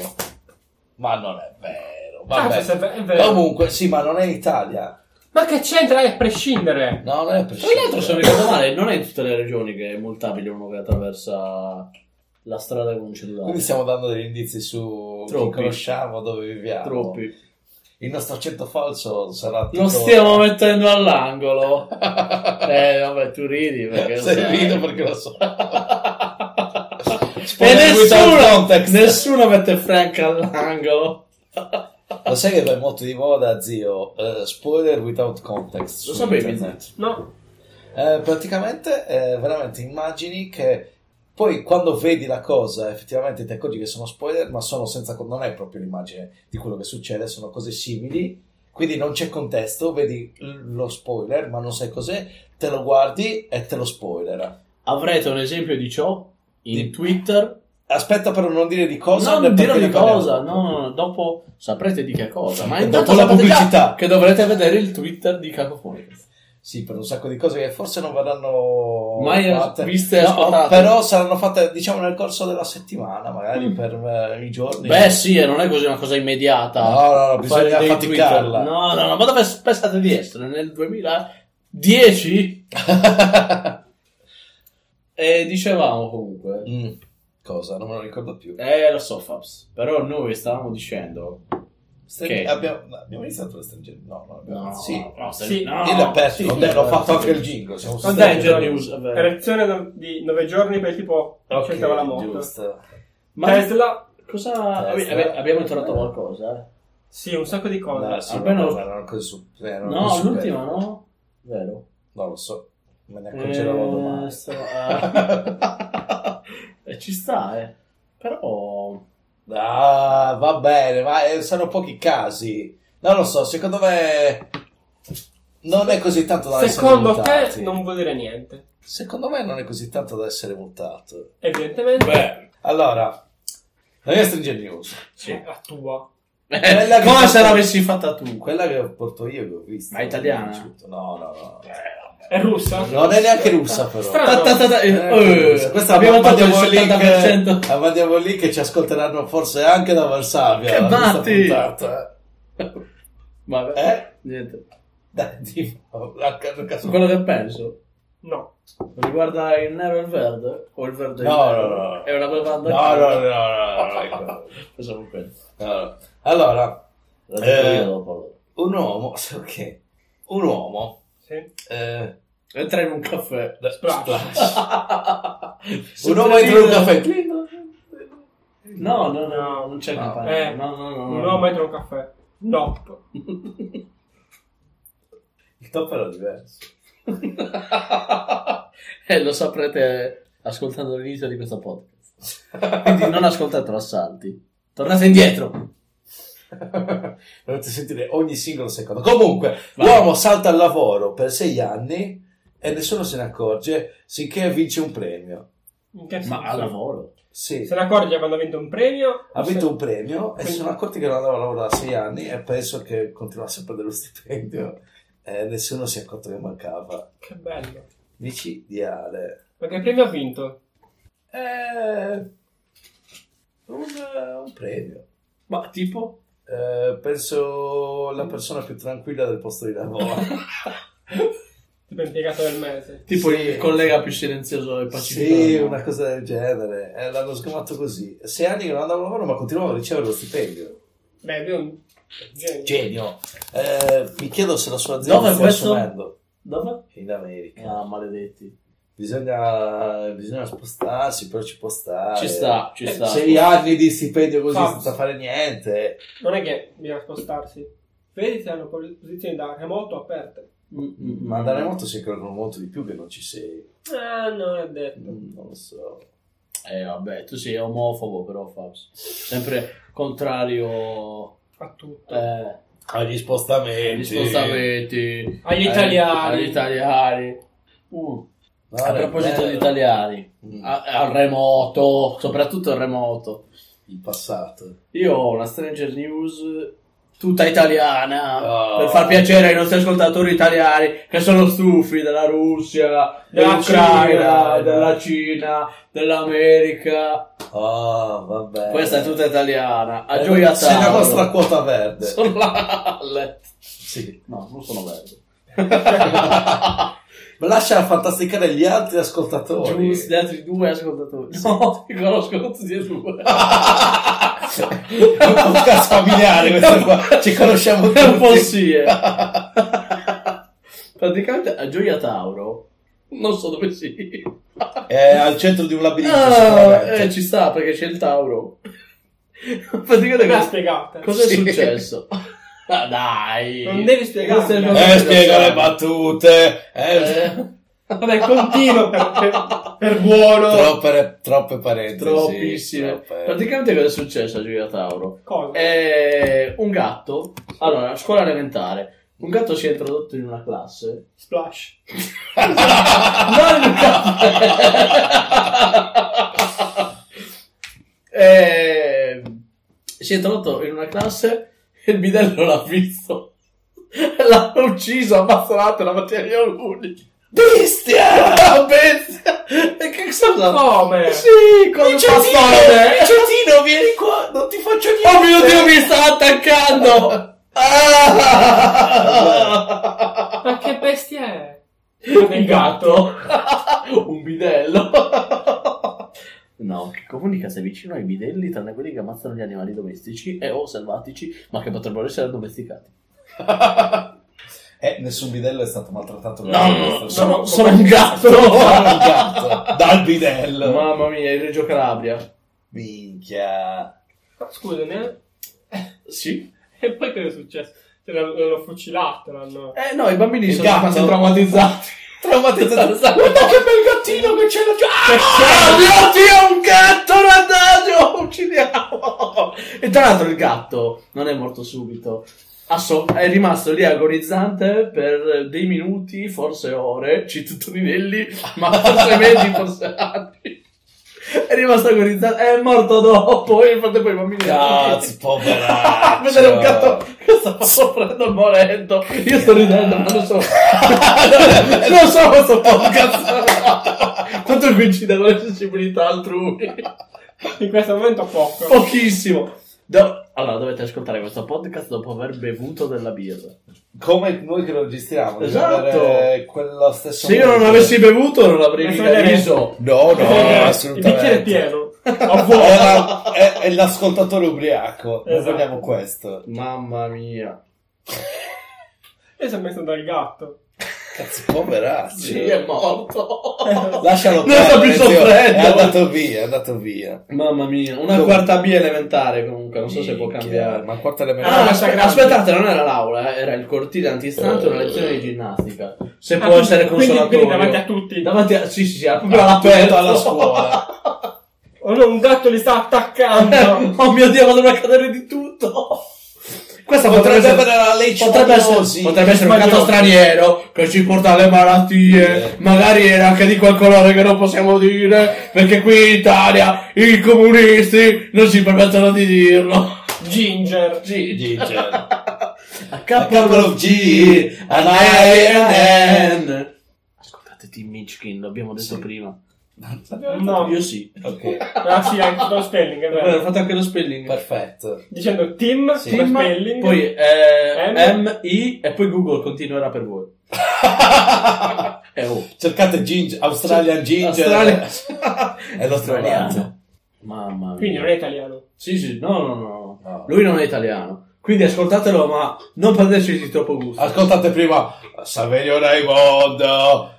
Ma non è vero. Ah, Vabbè. questo è ve- è vero. Comunque, sì, ma non è in Italia. Ma che c'entra? È a prescindere. No, non è per Tra l'altro, se mi scelta. ricordo male, non è in tutte le regioni che è multabile uno che attraversa la strada con un Quindi cellulare. stiamo dando degli indizi su Troppi. chi conosciamo, dove viviamo. Troppi. Il nostro accento falso sarà tutto... Lo *laughs* stiamo mettendo all'angolo. eh, vabbè, tu ridi perché lo Se sai. rido perché lo so. E Exponent without nessuno, context. nessuno mette Frank all'angolo. Lo sai che è molto di moda, zio? Eh, spoiler without context. Lo su sapevi? internet. No, Eh, praticamente, eh, veramente immagini che poi quando vedi la cosa, effettivamente ti accorgi che sono spoiler, ma sono senza, con- non è proprio l'immagine di quello che succede, sono cose simili. Quindi non c'è contesto, vedi l- lo spoiler, ma non sai cos'è, te lo guardi e te lo spoilera. Avrete un esempio di ciò in Di- Twitter? Aspetta però non dire di cosa. non dirò perché di ne parliamo. cosa, no, no, no, dopo saprete di che cosa. Ma Dopo intanto la sapete già pubblicità. che dovrete vedere il Twitter di Cacofonica. Sì, per un sacco di cose che forse non verranno Mai fatte. viste e Oh, No, ascoltate. però saranno fatte, diciamo, nel corso della settimana, magari Mm. per eh, i giorni. Beh, sì, e non è così una cosa immediata. no, no, no, Fare bisogna dei faticarla. Twitter. No, no, no, ma dove pensate di essere? Nel 2010? E dicevamo comunque. *laughs* Mm. Cosa? Non me lo ricordo più. Eh, lo so, Fabs. Però noi stavamo dicendo. String- ok. abbiamo, abbiamo iniziato la stringere. No, no, abbiamo- No, sì. no, se- Sì. no, Io l'ho perso, sì, ho detto, ho fatto anche il jingle. Siamo Stranger Stranger stati- News, è vero. cioè, erezione no- di 9 giorni per tipo Ok, scelta la morte. giusto. Ma Tesla, cosa. Testa. abbi- abbiamo introdotto qualcosa? eh? sì, un sacco di cose. No, sì, Almeno- vabbè, erano cose su- erano No, cose su- l'ultima, no? Vero. Non lo so, me ne accorgerò Eh, domani. so- *laughs* ah. Eh, Ci sta, eh. Però. Ah, va bene, ma eh, sono pochi casi. Non lo so, secondo me non è così tanto da Secondo essere multati. te non vuol dire niente. Secondo me non è così tanto da essere multato. Evidentemente Beh, Allora, la mia Stranger News, è la tua. Quella che come fa- Eh, se l'avessi fatta tu? quella che porto io che ho visto. Ma è italiana? Non mi è piaciuto. No, no, no. È russa? Non è neanche russa però. Strano. Ta- ta- ta- ta- Eh, eh, russa. Questa abbiamo la tolto il mandiamo lì che, 70%. la mandiamo lì che ci ascolteranno forse anche da Varsavia. Che questa matti! puntata. Vabbè, Eh? niente. Dai, tipo, a caso- caso- Su quello che penso. No. Riguarda il nero e il verde? O il verde e il No, nero? no, no. È una bevanda? No, no, no, no, no, *laughs* no, no. Pensavo quello. Allora, allora, La Eh. dico io dopo. un uomo, *laughs* ok, un uomo, Sì. eh, Entra in un *laughs* caffè. Splash. un uomo entra in un caffè, No, no, no, non c'è No. campagna. Eh. No, no, no. Un no. uomo entra in un caffè. Top. il top era diverso, *laughs* Eh, lo saprete ascoltando l'inizio di questo podcast. Quindi non ascoltate assalti. Tornate indietro. *laughs* dovete sentire ogni singolo secondo, comunque, Vai. l'uomo salta al lavoro per sei anni e nessuno se ne accorge finché vince un premio, In Eh, che Ma al senso? lavoro. sì, Se ne accorge quando ha vinto un premio. ha Se- vinto un premio e si Quindi- sono accorti che non andava a lavorare da sei anni e penso che continuasse a prendere lo stipendio e nessuno si è accorto che mancava. Che bello. micidiale. Ma che premio ha vinto? Eh, un, un premio. Ma *laughs* tipo? Eh, penso la persona più tranquilla del posto di *laughs* lavoro. Tipo impiegato del mese. Tipo Sì. il collega più silenzioso e pacifico. sì, del mondo. una cosa del genere. Eh, l'hanno sgamato così. Sei anni che non andavo a lavoro, ma continuavo a ricevere lo stipendio. Beh, lui è un genio. Genio. Eh, mi chiedo se la sua azienda Dove è stia questo? assumendo. Dove? In America. Ah, maledetti. Bisogna, bisogna spostarsi, però ci può stare. Eh, Ci sta, ci sta. Sei anni di stipendio così Fa- senza fare niente. Non è che bisogna spostarsi. Vedi se hanno pos- posizioni da remoto aperte. Mm, Ma andare molto si credono molto di più che non ci sei. Ah, non è detto. Non lo so. Eh vabbè, tu sei omofobo però Fabs. Sempre contrario Fa tutto. eh, Agli spostamenti. agli spostamenti. Agli eh, italiani. Agli italiani. Uh, No, a no, proposito bello. di Ah. italiani, Mm, a- al remoto, soprattutto al remoto. Il passato. Io ho una Stranger News tutta italiana Oh. per far piacere ai nostri ascoltatori italiani che sono stufi della Russia, Della dell'Ucraina, Cina. della Cina, dell'America. Ah, vabbè. Questa è tutta italiana. A Eh, gioia Sei la tavola. nostra quota verde. Sono la Hallet. Sì. No, non sono verde. Ma lascia fantasticare gli altri ascoltatori. Giusto, gli altri due ascoltatori. No, ti conoscono tutti e due. *laughs* È un podcast familiare questo qua. Ci conosciamo È un po' eh. tutti. sì, eh. Praticamente a Gioia Tauro Non so dove si. È al centro di un labirinto, Ah, sicuramente. eh, ci sta perché c'è il Tauro. *laughs* Praticamente Me l'ha cosa- spiegata. cosa è Sì. successo? *laughs* Ah, dai. Non devi spiegarla. Questo è il mio- Eh, spiega le battute. Eh, Eh, Vabbè, continuo per, per- per buono. Troppe, troppe parentesi. troppissime. troppe. Praticamente cosa è successo a Giulia Tauro? Cosa? Eh, un gatto, allora, scuola elementare, un gatto si è introdotto in una classe Splash. Non il caffè. *laughs* Eh, si è trovato in una classe e il bidello l'ha visto. L'hanno ucciso, ammazzato la materia unica. *laughs* Bestia! La bestia! E che cosa? *laughs* Come? Sì, con il pastore! Cecino, vieni qua, non ti faccio Oh mio Dio, mi sta *laughs* attaccando! Ah! Ma che bestia è? un gatto, *laughs* un bidello. *laughs* No, che comunica se vicino ai bidelli, tranne quelli che ammazzano gli animali domestici e o selvatici, ma che potrebbero essere addomesticati. Eh, nessun bidello è stato maltrattato. *laughs* No, dal no, nostro- Eh, sono, no, sono un *laughs* gatto! Sono *laughs* dal gatto, dal bidello. Mamma mia, il Reggio Calabria. Minchia. Scusami, eh. Sì? E poi cosa è successo? Cioè, l'hanno, l'hanno fucilato, l'hanno... Eh no, i bambini Il sono gatto? rimasti traumatizzati. Traumatizzato. Guarda che bel gattino che c'è Ah, mio Dio, un gatto, randagio! Uccidiamo! E tra l'altro il gatto non è morto subito. Ha so- è rimasto lì agonizzante per dei minuti, forse ore, cito Toninelli, ma *laughs* forse mesi, forse anni. È rimasto agonizzante, è morto dopo, e nel frattempo i bambini... Cazzo, cioè. poveraccio. *laughs* Vedere un gatto che stava soffrendo morendo. Io sto ridendo, ma non *laughs* so. non so questo podcast. Quanto coincide con la sensibilità altrui? In questo momento poco. Pochissimo. Do- allora, dovete ascoltare questo podcast dopo aver bevuto della birra. Come noi che lo registriamo. deve Esatto. avere Quello stesso Se io non momento. avessi bevuto, non avrei Adesso mica vedremo. riso. *laughs* No, no, Il bicchiere è assolutamente. pieno. A vuoto. *laughs* Era- è, è l'ascoltatore ubriaco. Non Esatto. vogliamo questo. Mamma mia. E si è messo dal gatto. Cazzo, poveraccio. Sì, è morto. Lascialo Non sta più attenzione, soffrendo. È andato via, è andato via. Mamma mia. Una Dove? quarta B elementare comunque, non so se può Minchia, cambiare. Ma quarta elementare. Ah, Era aspe- grande. aspettate, non era l'aula, eh, era il cortile antistante, una lezione di ginnastica. Se può Ah, essere quindi- quindi consolatorio. davanti a tutti. Ah, certo. Davanti a- Sì, sì, sì, era proprio all'aperto. Aperto alla *laughs* scuola. Oh no, un gatto li sta attaccando. oh mio Dio, ma dovrà cadere di tutto. Questa Potrebbe potrebbe essere... avere la legge Potrebbe Spagnosi. essere, potrebbe essere un gatto Spagnosi. straniero che ci porta alle malattie, Eh. magari era anche di quel colore che non possiamo dire, perché qui in Italia i comunisti non si permettono di dirlo. Ginger. Sì, *laughs* Ginger. A couple of G, an I and N. Ascoltate Team Hitchkin, l'abbiamo detto Sì. prima. No. Io sì. Ok, Ah sì, anche lo spelling, è Ho vero. fatto anche lo spelling. *laughs* perfetto. Dicendo Tim, Sì. poi Team, spelling. poi eh, M. M, I e poi Google continuerà per voi. E O. Cercate Ginger, Australian Ginger. Australia. E lo trovate. Mamma mia. Quindi non è italiano. Sì, sì, no, no, no. No. Lui non è italiano. Quindi ascoltatelo, ma non perdeteci di troppo gusto. Ascoltate prima Saverio Raimondo.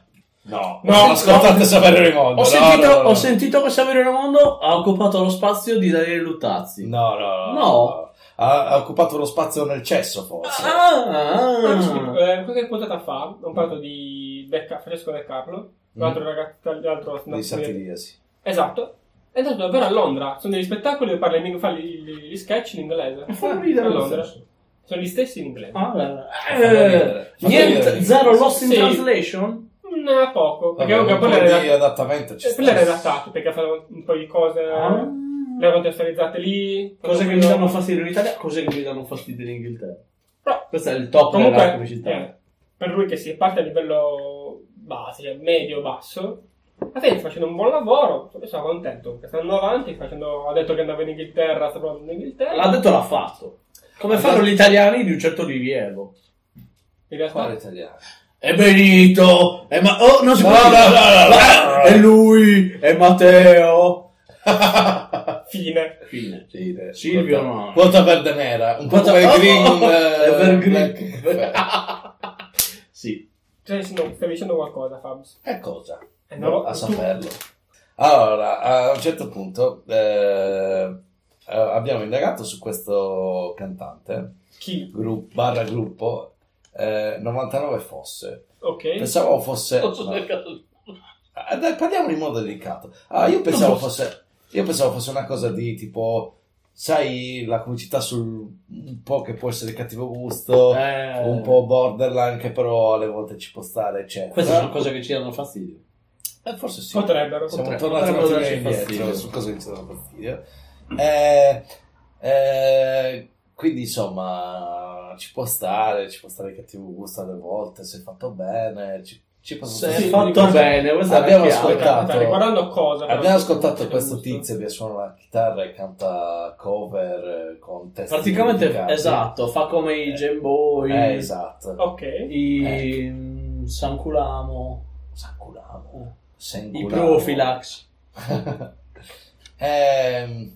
No, No, ascoltate no. Saverio Raimondo. Ho, no, sentito, no, no, no. ho sentito che Saverio Raimondo ha occupato lo spazio di Daniele Luttazzi. No, no, no. No. Ha, ha occupato lo spazio nel cesso, forse. Ah, Ah, scusa, eh, Qualche puntata fa ho parlato di Becca- Francesco De Carlo, l'altro ragazzo, l'altro Di satiriasi. Esatto. È andato davvero a Londra. Sono degli spettacoli dove parla in ing- fa gli, gli- gli sketch in inglese. fa ridere a lo Londra. stesso. Sono gli stessi in inglese. Ah, Fa ridere. eh, niente, Fa zero ridere. lost in Sì. translation? No, Mm, poco. Perché Vabbè, comunque un poi po' l'ha di redatt- adattamento ci eh, sta. poi l'ha redattato perché fanno un po' di cose. Eh, Le hanno testualizzate lì. Ah. Cose che mi Fanno- danno fastidio in Italia, cose che mi danno fastidio in Inghilterra. Però- Questo è il top della Comunque, comicità. eh, per lui che si parte a livello base, cioè medio-basso, alla fine sta facendo un buon lavoro. Io sono contento perché sta andando avanti. facendo- ha detto che andava in Inghilterra, sta provando in Inghilterra. L'ha detto, l'ha fatto. Come L'ha fanno detto- gli italiani di un certo rilievo. In realtà, Quale italiano? E Benito, e ma- oh, non si può No, dire. no, no, no, Ah, no. E lui, e Matteo. fine. Fine. Sì, eh, Silvio quota- no. Quota verde nera. Un po' eh, Quota- come Oh, Green. oh, eh, Evergreen. Black- *laughs* sì. Stai dicendo, stai dicendo qualcosa, Fabs. E cosa? Eh, No, no, a tu- saperlo. Allora, a un certo punto eh, eh, abbiamo indagato su questo cantante, Chi? gruppo, barra gruppo, eh, 99 fosse. Ok. Pensavo fosse... Non so no. se cazzo- Eh, dai, parliamo in modo delicato. Ah, io pensavo fosse... Io pensavo fosse una cosa di tipo... Sai, la comicità sul... un po' che può essere cattivo gusto, Eh, Oh, un po' borderline, che però alle volte ci può stare, eccetera. Queste sono cose che ci danno fastidio. Eh, forse sì. Potrebbero. Siamo Potrebbe- tornati un potrebbe attimo darci indietro fastidio. su cosa mi sono fastidio. Eh, eh, quindi insomma ci può stare, ci può stare il cattivo gusto alle volte, se è fatto bene, ci, ci posso Se è stare. fatto fatto bene, questa è Abbiamo è la chiave. ascoltato. Stai riguardando cosa? però? Abbiamo ascoltato Sì, questo giusto. tizio che suona la chitarra e canta cover eh, con testi Praticamente, dedicati. esatto, fa come i Oh. Gemboy, Eh, esatto. Ok. i Eh. mm, San Culamo, Sanculamo. i Sanculamo. Profilax. *laughs* Ehm,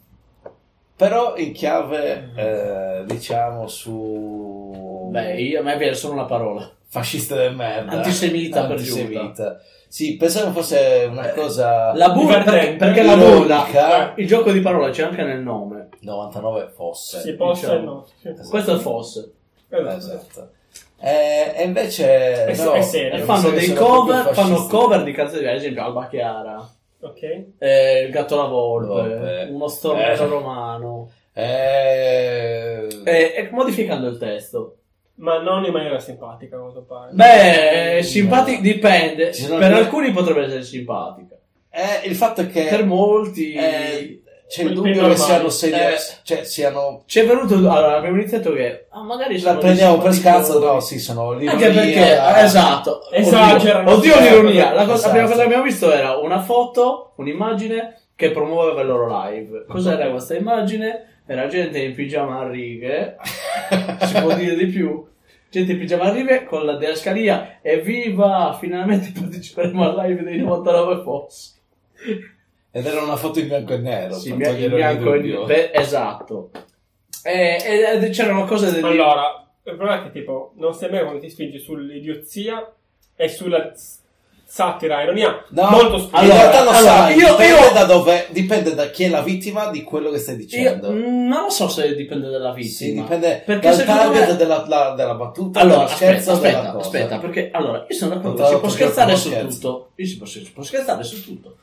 però in Mm. chiave, eh, diciamo, su Beh, io- a me piace solo una parola. fascista del merda. Antisemita per Eh, Antisemita. Sì, pensavo fosse una cosa La burla, Divertente, perché, perché la burla, ironica. il gioco di parole c'è anche nel nome. 99 fosse. Si possa e diciamo. no. Sì. Esatto. Questo è Fosse. Eh, Esatto. Esatto. Eh, e invece È- no, è serio. E Eh, fanno sono- dei sono cover, proprio fanno fascisti. cover di canzoni, ad esempio Alba Chiara, Ok. eh, Il gatto alla volpe, Volpe. uno stornello Eh. romano, Eh, e, e modificando il testo. Ma non in maniera simpatica, a quanto pare. Beh, eh, simpatico dipende, Ci sono per alcuni- alcuni potrebbe essere simpatica, eh, il fatto è che per molti... eh, c'è il Quel dubbio primo che siano ormai. serie- Eh. cioè siano C'è venuto, allora abbiamo iniziato che, ah magari La sono prendiamo per simpaticoni. scherzo, no, sì, sono lì. Anche perché, eh, *laughs* esatto, Esagerano. Oddio, oddio l'ironia. La, cosa- Esatto. la prima cosa che abbiamo visto era una foto, un'immagine che promuoveva il loro live. Cos'era questa immagine? Era gente in pigiama a righe, si può dire di più. Gente in pigiama a righe con la deascalia. Evviva! Finalmente *laughs* parteciperemo al live dei 99 Fox. Ed era una foto in bianco e nero. Sì, per bia- in togliere bianco il e dubbio. beh, Esatto. E, e- e c'erano cose del Allora, il problema è che tipo, non sei mai quando ti spingi sull'idiozia e sulla s- satira, ironia. No, molto spinta. in realtà lo Allora, sai, io- dipende io- da dove, dipende da chi è la vittima di quello che stai Io dicendo. mm, non lo so se dipende dalla sì, vittima. dipende Perché dal secondo target me- della, la- della battuta, Allora, dello scherzo, aspetta, aspetta, della cosa. aspetta, perché allora io sono d'accordo, Tra si l'altro può gioco scherzare con su scherzi. tutto. Io si può, si può scherzare su tutto.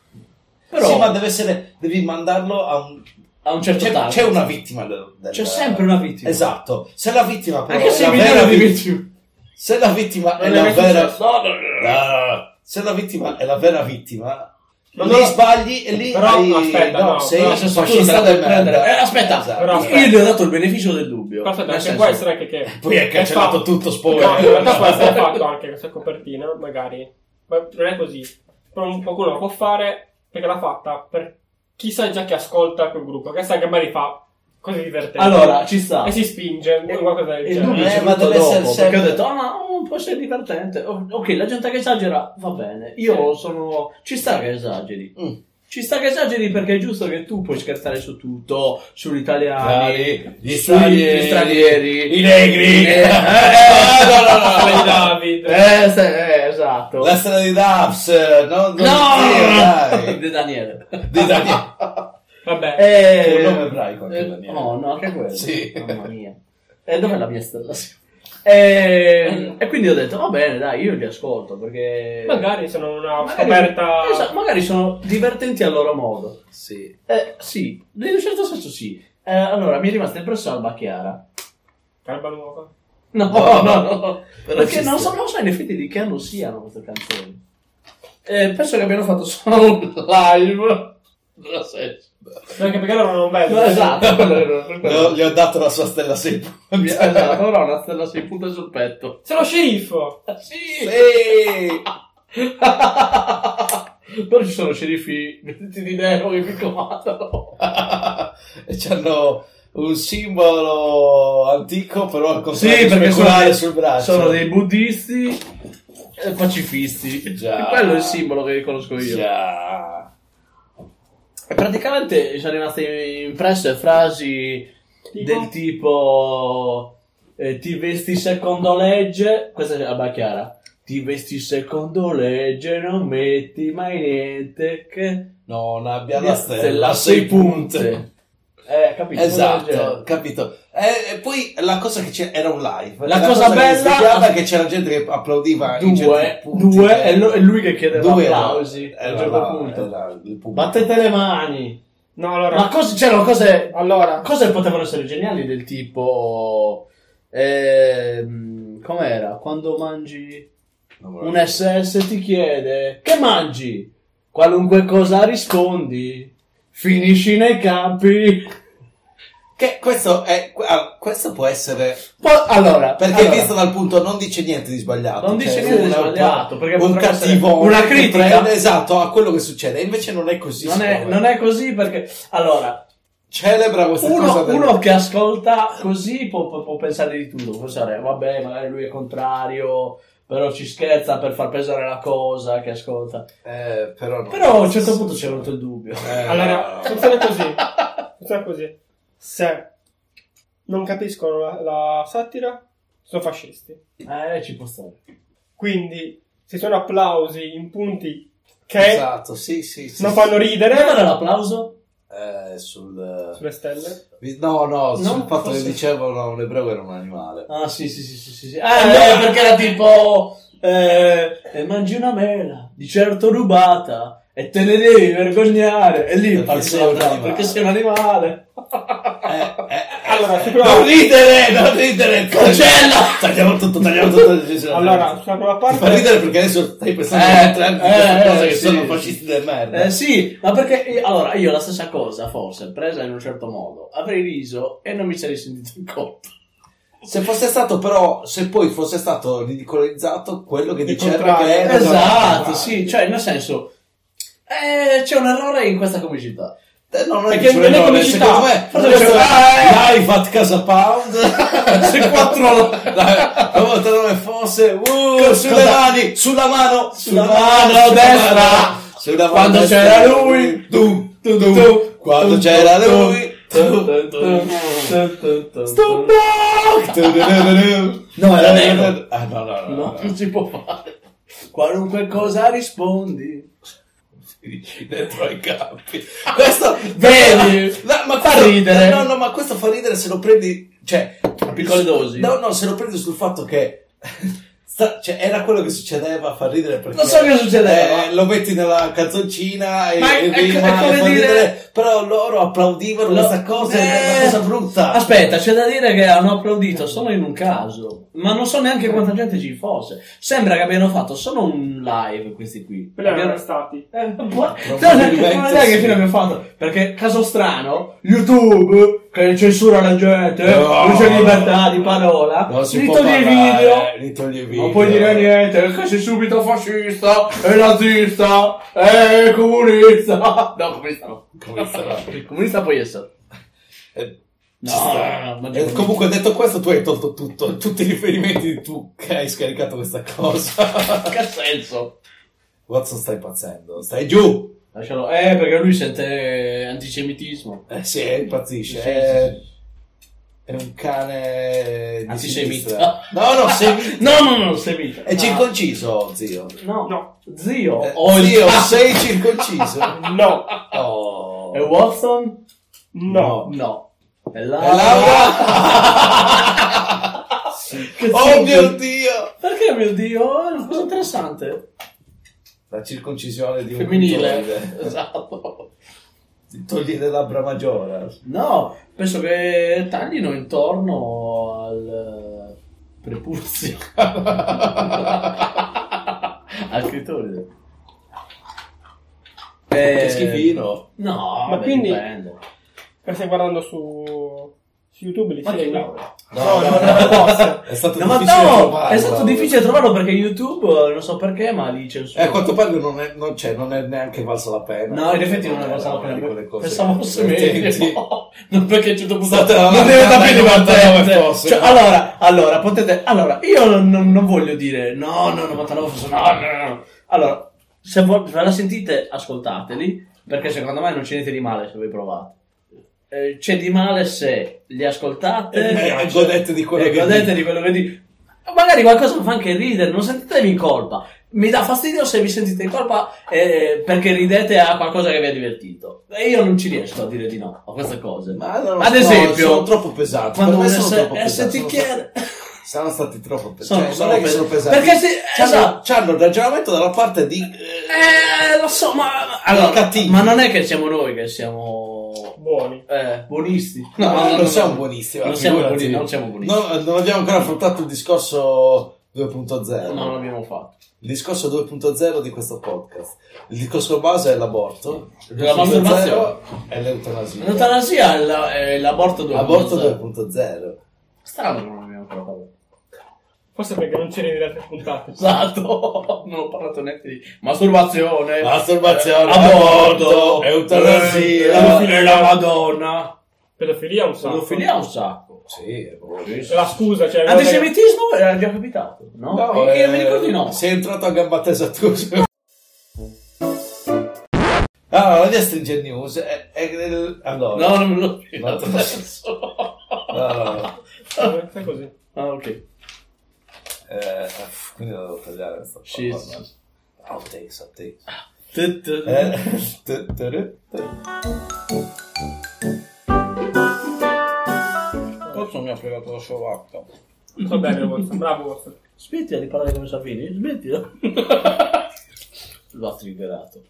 Però... Però Sì, ma deve essere, devi mandarlo a un... a un certo C'è, target c'è una vittima. del- del- C'è sempre una vittima. Esatto. Se la vittima però Anche è se la i vera milioni di vittima... vittime. Se la vittima è Non è la mai vera... Ah, successo. No, no, no, no. Se la vittima è la vera vittima, Ma lì no. sbagli e lì Però, hai- aspetta, no, sei però un Nel senso, tu te la fascista puoi del prendere. merda. Eh, aspetta, Esatto. Però- io gli ho dato il beneficio del dubbio. Però aspetta, Nel anche senso- eh, può essere anche che... Poi hai cancellato è fatto- tutto, spoiler. No, in realtà può essere fatto anche questa copertina, magari. Ma non è così. Però un- qualcuno la può fare perché l'ha fatta per chi sa già che ascolta quel gruppo, che sa che magari fa cose divertenti. Allora, ci sta. E si spinge, o qualcosa del E il dubbio genere. Eh, è ma venuto deve dopo, essere perché ho sempre- detto, ah, ma oh, può essere divertente. Oh, ok, la gente che esagera va bene. Io sono. Ci sta che esageri. Mm. Ci sta che esageri perché è giusto che tu puoi scherzare su tutto, sugli italiani, Italiani, gli sugli stranieri, stranieri. i negri. Eh, eh, *laughs* Ah, no, quel no, no, no. David. Eh, se- eh, esatto. La strada di Dubs, non No! non- sì, *laughs* Di Daniele. dai. Di Daniele. Vabbè. Eh, Un nome ebraico anche eh, Daniele. No, no, anche quello. Sì. Mamma mia. E dov'è la mia stella? Sì. Eh, E, quindi ho detto, va bene, dai, io li ascolto perché... Magari sono una magari- scoperta. Esatto, magari sono divertenti a loro modo. Sì. Eh, sì, in un certo senso sì. Eh, allora, mi è rimasta impressa Alba Chiara. Calma nuova. No, No, no, no. però Perché esiste. non so, non so in effetti di che anno siano queste canzoni. Eh, penso che abbiano fatto solo un live. Nella serie. Anche perché loro non vedono. No, *laughs* esatto. quello- quello- Gli ho, gli ho dato la sua stella 6 punti. *laughs* Esatto, però una stella si punta sul petto. Sono sceriffo. Sì! *laughs* Sì. Però ci sono sceriffi vestiti di nero che mi comandano. *laughs* e c'hanno un simbolo antico però al contrario speculare sono, sul braccio sono dei buddisti eh, pacifisti. Già. Quello è il simbolo che conosco io. Già. E praticamente mi sono rimaste impresse frasi Tipo? del tipo eh, ti vesti secondo legge, questa è la chiara, Ti vesti secondo legge, non metti mai niente che... Non abbia la stella, a a sei punte. Eh, capito? Esatto, capito. Eh, E, e poi la cosa che c'era era un live. La cosa bella- che mi stupiva è che c'era gente che applaudiva in Due, certi punti, due, cioè, e lo- e lui che chiedeva due era- applausi era a un certo la- punto. era il pubblico. Battete le mani! No, allora. Ma cosa, cioè, no, cose, Allora, cose potevano essere geniali del tipo... ehm, com'era? Quando mangi... Non me lo Un SS ti chiede che mangi? Qualunque cosa rispondi, finisci nei campi. Che questo è ah, questo può essere Po- allora, perché allora, visto dal punto non dice niente di sbagliato. non dice cioè, niente di una- sbagliato, perché Un potrebbe essere cattivo, una che critica. prende- esatto a quello che succede. Invece non è così. Non è, secondo me. non è così perché allora Celebra questa cosa. uno, del- uno che ascolta così può, può- può pensare di tutto, può pensare vabbè magari lui è contrario, però ci scherza per far pesare la cosa che ascolta. Eh, però, non- Però a un certo punto c'è venuto il dubbio. Eh, allora, *laughs* funziona così. Funziona così. Se non capiscono la, la satira, sono fascisti. Eh, ci può stare. Quindi, se sono applausi in punti che esatto, sì, sì, sì. non fanno Dove era ridere l'applauso? Eh, sul sulle stelle, Vi- No, no, sul Non fatto fosse- che dicevano un ebreo era un animale. Ah, sì, sì, sì, sì, sì. sì. Ah, eh, perché era tipo... eh, eh, mangi una mela, di certo rubata, e te ne devi vergognare. E lì Perché sei partiva, un "No, animale." perché sei un animale. Eh, *laughs* eh, Allora, eh, però- non ridere, non ridere, *laughs* cancella! Tagliamo tutto, tagliamo tutto. Ci sono- allora, sulla prima ti fa parte, ridere perché adesso stai pensando Eh, a tre eh, cose eh, che sì, sono sì. fascisti del merda. Eh, sì, ma perché... eh, Allora, io la stessa cosa, forse, presa in un certo modo, avrei riso e non mi sarei sentito in colpa. Se fosse stato però, se poi fosse stato ridicolizzato quello che Il diceva contrario. che era Esatto, sì, cioè, nel senso... eh, c'è un errore in questa *laughs* comicità. Eh, no, non è Perché che non è pubblicità. secondo me Forse questo c'è- è live at *laughs* Casa Pound se quattro la la volta come fosse uh, sulle Cosa? mani sulla mano Sulla mano destra. sulla mano Quando destra. c'era lui, tu, tu, tu, tu, quando tu, c'era tu, lui tu, *laughs* Sto tu, tu, tu, tu. No, era nero. Ah, no, no, no, No, no. non si può fare. Qualunque cosa rispondi. dentro ai campi. Questo *laughs* Vedi? No, ma Fa questo- ridere. No, no, ma questo fa ridere se lo prendi, cioè, a piccole dosi. No, no, se lo prendi sul fatto che *laughs* sta- cioè, era quello che succedeva, fa ridere perché Non so che succedeva. eh, lo metti nella canzoncina e, Ma è- e è- rima, è come fa dire- ridere, però loro applaudivano Lo- questa cosa, è Eh. una cosa brutta. Aspetta, c'è da dire che hanno applaudito solo in un caso, ma non so neanche quanta gente ci fosse. Sembra che abbiano fatto solo un live questi qui. quelli erano Abbiano- stati. Eh, ma- no, no, Probabilmente non è che sì. fine abbiamo fatto perché caso strano YouTube che censura la gente eh, No. non c'è libertà di parola Non si gli può toglie i parlare, eh, video gli toglie i video. Non puoi dire niente, che sei subito fascista, e nazista, e comunista. *laughs* No, comunista no. Comunista no. Comunista puoi essere. Eh, No, ci sta. no, no, ma Eh, dico- comunque detto questo tu hai tolto tutto, tutti i riferimenti di tu che hai scaricato questa cosa Che senso? *laughs* Watson stai impazzendo stai giù Lascialo. Eh, perché lui sente antisemitismo. eh sì impazzisce Sì, sì, è, sì, è un cane di Antisemita. sinistra. no no *laughs* semita Eh, No, no, no, semita. è No. circonciso zio No. No. Zio. Eh, o il- zio sei *laughs* circonciso No. oh. E Watson? No. No. E E Laura? Laura Che *laughs* oh zio? mio dio Perché, mio Dio? È una cosa interessante. la circoncisione di un Femminile. genitorale. *laughs* Esatto. Ti togliere labbra maggiore No, penso che taglino intorno al eh, prepuzio. *laughs* al clitoride. Che schifino. Eh, No, Ma beh, quindi- dipende. Perché stai guardando su, su YouTube li Ma che segui? Laura? No, no, no, è stato No, ma difficile no, trovarlo. è stato difficile trovarlo perché YouTube, eh, non so perché, ma lì c'è il suo... Eh, a quanto pare non, è, non c'è, non è neanche valsa la pena. No, in effetti non è Era cosa la una di quelle pena. cose Pensavo fosse *laughs* divertenti. meglio. Non perché a un certo punto State alla non deve merda, da più dai, divertente. 99 fosse. Cioè, allora, allora, potete. Allora, io non, non- non voglio dire no, no, 99 fosse no, no, no. Allora, se vo- se la sentite, ascoltateli, perché secondo me non c'è niente di male se voi provate. Eh, c'è di male se li ascoltate Eh, godete di quello e che godete dite. di quello che dite. Magari qualcosa mi fa anche ridere, non sentitevi in colpa. Mi dà fastidio se vi sentite in colpa eh, perché ridete a qualcosa che vi ha divertito. E io non ci riesco a dire di no a queste cose. Ma non lo Ad so, esempio, sono troppo pesanti. quando Per me un sono S- troppo ST pesanti, sono chiede- Sono stati troppo pesanti. Sono- Cioè, sono non è che pes- sono pesanti. perché se- C'hanno- esatto. c'hanno il ragionamento dalla parte di... Eh, lo so, ma allora, cattivi. ma non è che siamo noi che siamo Buoni. eh, buonisti. No, Ma non, no, siamo no. buonissimi. Non siamo figurati. buoni, non siamo buoni. No, eh, non abbiamo ancora affrontato il discorso 2.0. No, non l'abbiamo fatto. Il discorso 2.0 di questo podcast. Il discorso base è l'aborto. Il La discorso masturbazione. 2.0 è l'eutanasia. L'eutanasia è, la- è l'aborto 2.0. Aborto 2.0. Strano che non abbiamo ancora parlato. Forse perché non c'eri nelle altre puntate. Esatto, *laughs* non ho parlato neanche di masturbazione, Eh, Masturbazione, aborto, aborto, eutanasia. eh, e la Madonna. Pedofilia un sacco. Pedofilia un sacco. Sì, è buono. La scusa, cioè... Antisemitismo era già capitato, no? No, Io eh, mi ricordo di no. Sei entrato a gamba tesa tu. Allora, la Stringer News è, è- è- allora, No, non me lo No. No, no, no. Eh, Fai così. *laughs* Ah, ok. Eh, uff, quindi la devo tagliare sta Ah, Jesus. parola. Outtakes, outtakes. Tu, tu. Eh, *laughs* tu, tu, tu, tu. Forse mi ha fregato la sciovacca. Va bene, Wolf. Bravo, Wolf. Smettila di parlare come Salvini, smettila. L'ha triggerato.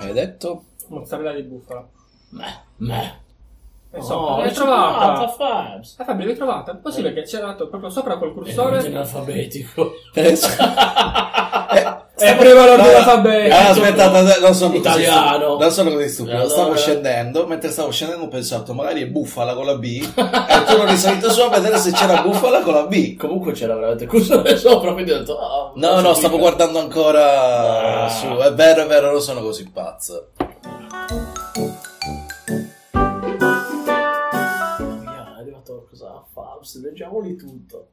Hai detto? Mozzarella di bufala. Meh, meh. Insomma, Oh, l'hai l'hai trovata, trovata. Fabs. Ah, Fabio, l'hai trovata? Possibile che c'era dato proprio sopra col Sono cursore... alfabetico. Eh, sì. E prima l'ordine No, alfabeto. Ah, aspetta, no, non sono Italiano. così, non sono così stupido. Allora. Stavo scendendo, mentre stavo scendendo ho pensato magari è bufala con la B e tu eri salito su a vedere se c'era bufala con la *laughs* B. Comunque c'era veramente il cursore sopra, quindi ho detto... ah, No, no, faccio stavo finta. guardando ancora Ah. su. È vero, è vero, non sono così pazzo. Via, È arrivato cosa? Fabs, leggiamoli tutto.